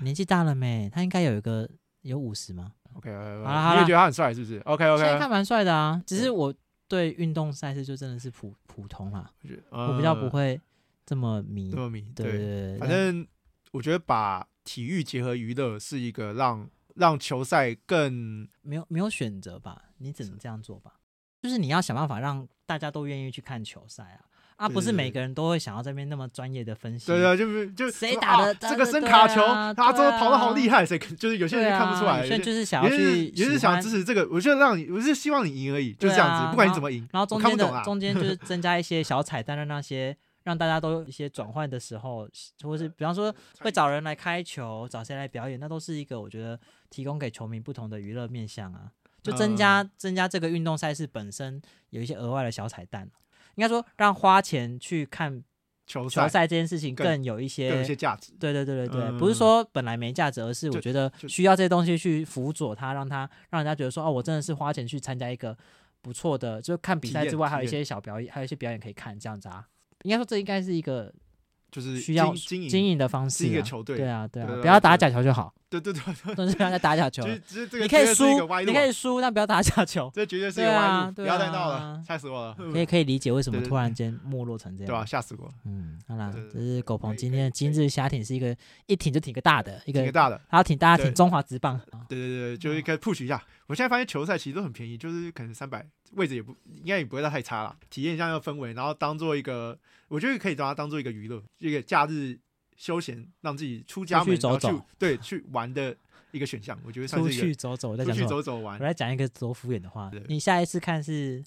S1: 年纪大了没？他应该有一个有五十吗？
S2: OK，
S1: 好啦好啦
S2: 你也觉得他很帅是不是？OK
S1: 现在看
S2: OK，
S1: 蛮帅的啊，只是我对运动赛事就真的是普普通啦，
S2: 呃
S1: 我比较不会这么迷
S2: 这。么迷，
S1: 对对对，
S2: 反正我觉得把体育结合娱乐是一个让让球赛更
S1: 没有没有选择吧，你只能这样做吧，就是你要想办法让大家都愿意去看球赛啊，啊，
S2: 对
S1: 不是
S2: 对
S1: 每
S2: 对
S1: 个人都会想要这边那么专业的分析。
S2: 对对，就是就
S1: 谁
S2: 说
S1: 打
S2: 啊
S1: 的
S2: 这个
S1: 对
S2: 伸
S1: 对
S2: 卡球，
S1: 啊
S2: 他
S1: 对
S2: 这跑的好
S1: 啊
S2: 厉害，谁就是有些
S1: 对
S2: 人就看不出
S1: 啊
S2: 来，
S1: 有些人就是想要
S2: 也是
S1: 去，
S2: 也是想支。持这个，我就让你，我是希望你赢而已，就
S1: 对
S2: 是这样
S1: 啊
S2: 子，不管
S1: 然
S2: 你怎么赢，
S1: 然后中
S2: 我看
S1: 间
S2: 不懂啊
S1: 的
S2: 啦。
S1: 中间 就是增加一些小彩蛋，让那些让大家都有一些转换的时候，或是比方说会找人来开球，找谁来表演，那都是一个我觉得提供给球迷不同的娱乐面向啊，就增加、
S2: 嗯
S1: 增加这个运动赛事本身有一些额外的小彩蛋。啊应该说，让花钱去看
S2: 球
S1: 球
S2: 赛
S1: 赛这件事情
S2: 更
S1: 更有一些
S2: 更有一些价值，
S1: 对对对对对，
S2: 嗯
S1: 不是说本来没价值，而是我
S2: 就
S1: 觉得
S2: 就
S1: 需要这些东西去辅佐他，让他让人家觉得说，哦，我真的是花钱去参加一个不错的，就看比赛之外，
S2: 体验
S1: 还有一些小表演，还有一些表演可以看，这样子啊。应该说这应该是一个
S2: 就是
S1: 需要
S2: 经
S1: 经
S2: 营，
S1: 营的方式、啊，
S2: 是一个球队
S1: 对啊对啊
S2: 对，啊
S1: 不要打假球就 好，
S2: 对对对对，
S1: 但是不要再打假球
S2: 就
S1: 了
S2: 是就是这个
S1: 你可以
S2: 绝对
S1: 输
S2: 是一个歪，
S1: 你
S2: 路
S1: 可
S2: 啊，
S1: 以输，但不要打假球。
S2: 这绝对是一
S1: 对
S2: 个
S1: 啊
S2: 歪路，不
S1: 对
S2: 要再
S1: 啊
S2: 闹了，吓死我了，
S1: 可以可以理解为什么
S2: 对对
S1: 突然间没落成这
S2: 对吧？啊
S1: 样。
S2: 吓死我了，
S1: 嗯，好啦
S2: 对，对
S1: 这是狗
S2: 可
S1: 鹏
S2: 以
S1: 今
S2: 可以
S1: 天的今
S2: 可
S1: 日瞎挺是一个一挺就挺个大的一
S2: 挺
S1: 个，嗯
S2: 大的，
S1: 还要挺大家挺
S2: 对
S1: 中华职棒。
S2: 对对对，就是可以 push 一下。我现在发现球赛其实都很便宜，就是可能三百，位置也不应该也不会到太差啦，体验一下那个氛围，然后当做一个，我觉得可以把它当做一个娱乐，一个假日休闲，让自己出家
S1: 出去
S2: 门然后
S1: 走走
S2: 去对去玩的一个选项，我觉得算
S1: 出
S2: 是一个
S1: 去走走，我在
S2: 出
S1: 讲什
S2: 去
S1: 么？
S2: 走走
S1: 我
S2: 玩。
S1: 来讲一个多敷衍的话
S2: 对。
S1: 你下一次看是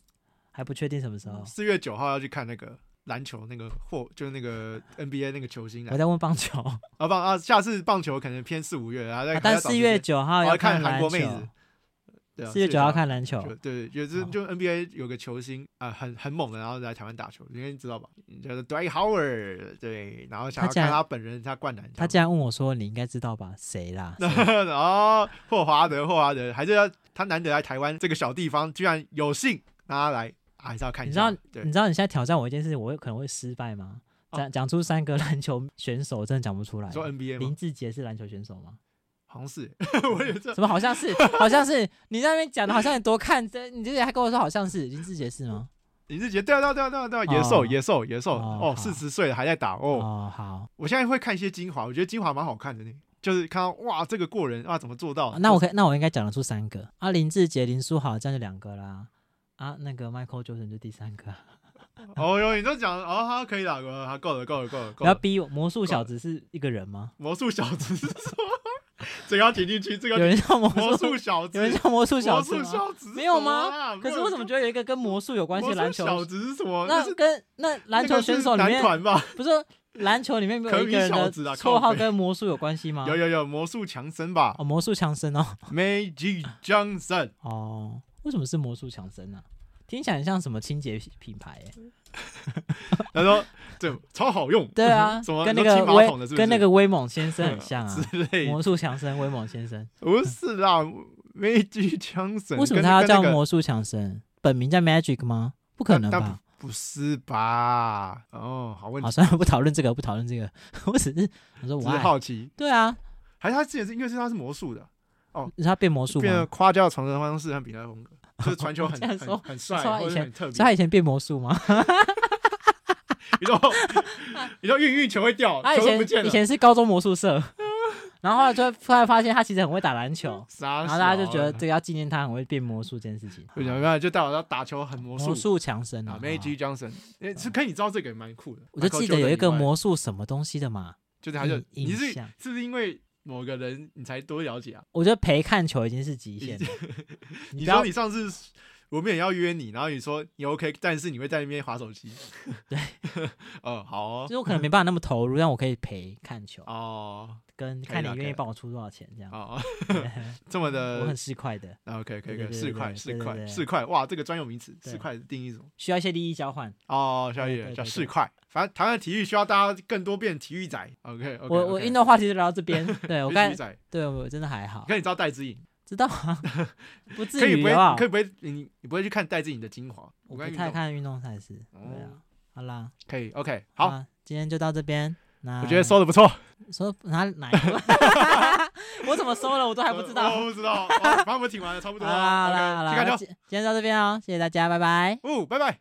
S1: 还不确定什么时候？
S2: 嗯四月九号要去看那个篮球，那个霍就是那个 NBA 那个球星来
S1: 我，在问棒球，
S2: 啊棒啊，下次棒球可能偏四五月，然后再、
S1: 啊
S2: 还
S1: 但
S2: 要找
S1: 四
S2: 时
S1: 月
S2: 间
S1: 九号
S2: 我
S1: 要
S2: 要看韩
S1: 篮
S2: 国妹
S1: 球
S2: 子，对啊
S1: 四月九
S2: 9
S1: 号看篮球。
S2: 就对，就是
S1: 哦
S2: 就 NBA 有个球星啊、很很猛的，然后来台湾打球，因为你知道吧，叫做 Dwight Howard，对，然后想
S1: 他
S2: 要
S1: 竟然
S2: 看他本人，他灌篮，
S1: 他竟然问我说：“你应该知道吧？谁啦？谁
S2: 这样 然后霍华德，霍华德还是要他难得来台湾这个小地方，居然有幸让他来，啊还是要看一下，
S1: 你
S2: 对
S1: 你，知道你现在挑战我一件事情，我会可能会失败吗？
S2: 哦
S1: 讲讲出三个 篮球选手，真的讲不出来
S2: 你。说 NBA 吗
S1: 林？志杰是篮球选手吗？
S2: 好像是，我也这
S1: 怎么好像是？好像是你在那边讲的，好像你多看这，你之前还跟我说好像是林志杰是吗？
S2: 林志杰，对啊对啊对啊对啊对啊，野兽
S1: 哦
S2: 野兽野兽，
S1: 哦好
S2: 哦，四十岁了还在打哦，
S1: 哦，好，
S2: 我现在会看一些精华，我觉得精华蛮好看的呢，就是看到哇这个过人啊怎么做到
S1: 啊，那我可以，那我应该讲得出三个啊，林志杰、林书豪，这样就两个啦。啊，那个 Michael Jordan 就第三个啊，
S2: 哦哟，你都讲了哦，好，可以了，够了，够了，够了，够了，
S1: 不
S2: 够
S1: 要
S2: 了。
S1: 逼我。魔术小子是一个人吗？
S2: 魔术小子是什么？这个要停进去，这个
S1: 有
S2: 要
S1: 人叫魔
S2: 魔
S1: 术，
S2: 术小子，
S1: 有人叫魔术小
S2: 魔
S1: 子
S2: 术
S1: 吗？
S2: 小子
S1: 没有吗
S2: 什么啊？
S1: 可是我怎么觉得有一个跟魔术有关系的
S2: 魔
S1: 篮
S2: 术
S1: 球？
S2: 小子是什么？那
S1: 那
S2: 是
S1: 跟那篮球选手里
S2: 那
S1: 面
S2: 个是男团吧？
S1: 不是篮球里面没有一个人
S2: 可比小
S1: 的
S2: 子啊
S1: 绰
S2: 靠
S1: 号
S2: 北
S1: 跟魔术有关系吗？
S2: 有有有，魔术强森吧
S1: 啊哦，魔术强森哦，
S2: ，Magic Johnson。
S1: 哦，为什么是魔术强森呢？听起来很像什么清洁品牌欸耶？
S2: 他说这超好用，，
S1: 对啊
S2: 什么
S1: 跟
S2: 你
S1: 那个
S2: 说清马桶的
S1: 威
S2: 是不是
S1: 跟那个威猛先生很像 啊。
S2: 之类的，
S1: 魔术强森，威猛先生，
S2: 不是啦，Magic Johnson。
S1: 为什么
S2: 跟
S1: 他要
S2: 跟那
S1: 叫
S2: 个
S1: 魔术强森？本名叫 Magic 吗？不可能
S2: 但
S1: 吧？
S2: 不是吧？哦，好问
S1: 好，
S2: 题，
S1: 算了，不讨论这个，不讨论这个。 我只是我说
S2: 只
S1: 我
S2: 是
S1: 爱，
S2: 好奇。
S1: 对啊，
S2: 还是他之前是因为是他是魔术的，
S1: 是他变魔术
S2: 变得
S1: 吗？
S2: 夸张的传球方式和比赛风格，就是传球 很
S1: 这样
S2: 很
S1: 说
S2: 很帅
S1: 说他，
S2: 或
S1: 以
S2: 者
S1: 前
S2: 很特别
S1: 所以他。以前变魔术 吗？
S2: 你说你说运运球会掉，
S1: 他以
S2: 球都不见
S1: 前以
S2: 了，
S1: 前是高中魔术社， 然后后来就突然发现他其实很会打篮球，
S2: 然
S1: 然后大家就觉得这个要纪念他很会变魔术这件事情。
S2: 就想办就代表他打球很魔
S1: 魔
S2: 术
S1: 术强森啊
S2: 啊，，Magic Johnson，诶是可以，你知道这个也蛮酷的。
S1: 我就记得有一个
S2: Michael Jordan 以外，
S1: 魔术什么东西的嘛，
S2: 就是他就
S1: 印
S2: 你
S1: 印
S2: 是
S1: 象
S2: 是不是因为某个人你才多了解啊？
S1: 我觉得陪看球已经是极限了。
S2: 你
S1: 不要
S2: 说你上次我们也要约你，然后你说你 OK，但是你会在那边划手机。
S1: 对，
S2: 呃，
S1: 就
S2: 好 哦，
S1: 是我可能没办法那么投入，但我可以陪看球，
S2: 哦，
S1: 跟
S2: 可以
S1: 看
S2: 啦
S1: 你
S2: 可
S1: 愿
S2: 以
S1: 意
S2: 啦
S1: 帮我出多少钱这 样。
S2: 哦，呃这么
S1: 我
S2: 的
S1: 很市侩的，
S2: 啊，OK，可以，
S1: 对
S2: 可以，
S1: 对
S2: 四
S1: 对
S2: 块，
S1: 对
S2: 四
S1: 对
S2: 块，
S1: 对
S2: 四块，哇，这个专有名词，
S1: 对
S2: 四块定义什么？
S1: 需要一些利益交换。
S2: 哦，小野
S1: 对对
S2: 叫
S1: 对
S2: 四块，反正台湾的体育需要大家更多变体育仔。OK，, o k
S1: 我我运动话题就聊到这 边，对我
S2: 体育
S1: 刚
S2: 仔，
S1: 对我真的还好，
S2: 可你知道戴之颖，
S1: 知道啊， 不
S2: 可
S1: 至
S2: 以
S1: 于
S2: 不会，
S1: 吧
S2: 可？以不会，你你不会去看戴之颖的精华？
S1: 我
S2: 关于
S1: 不
S2: 运
S1: 太
S2: 动
S1: 看运动赛事，对
S2: 哦
S1: 啊，好啦，
S2: 可以，OK，好，
S1: 那今天就到这边。那
S2: 我觉得收的不错，
S1: 说哪哪一个？ 我怎么收了？我都还不知道。
S2: 呃我不知道，哦反正我们挺完了，差不
S1: 好
S2: 多
S1: 啦好
S2: 了
S1: 啦好啦，
S2: ，OK，去看
S1: 那
S2: 球，
S1: 今今天到这边哦，谢谢大家，拜拜。
S2: 哦，拜拜。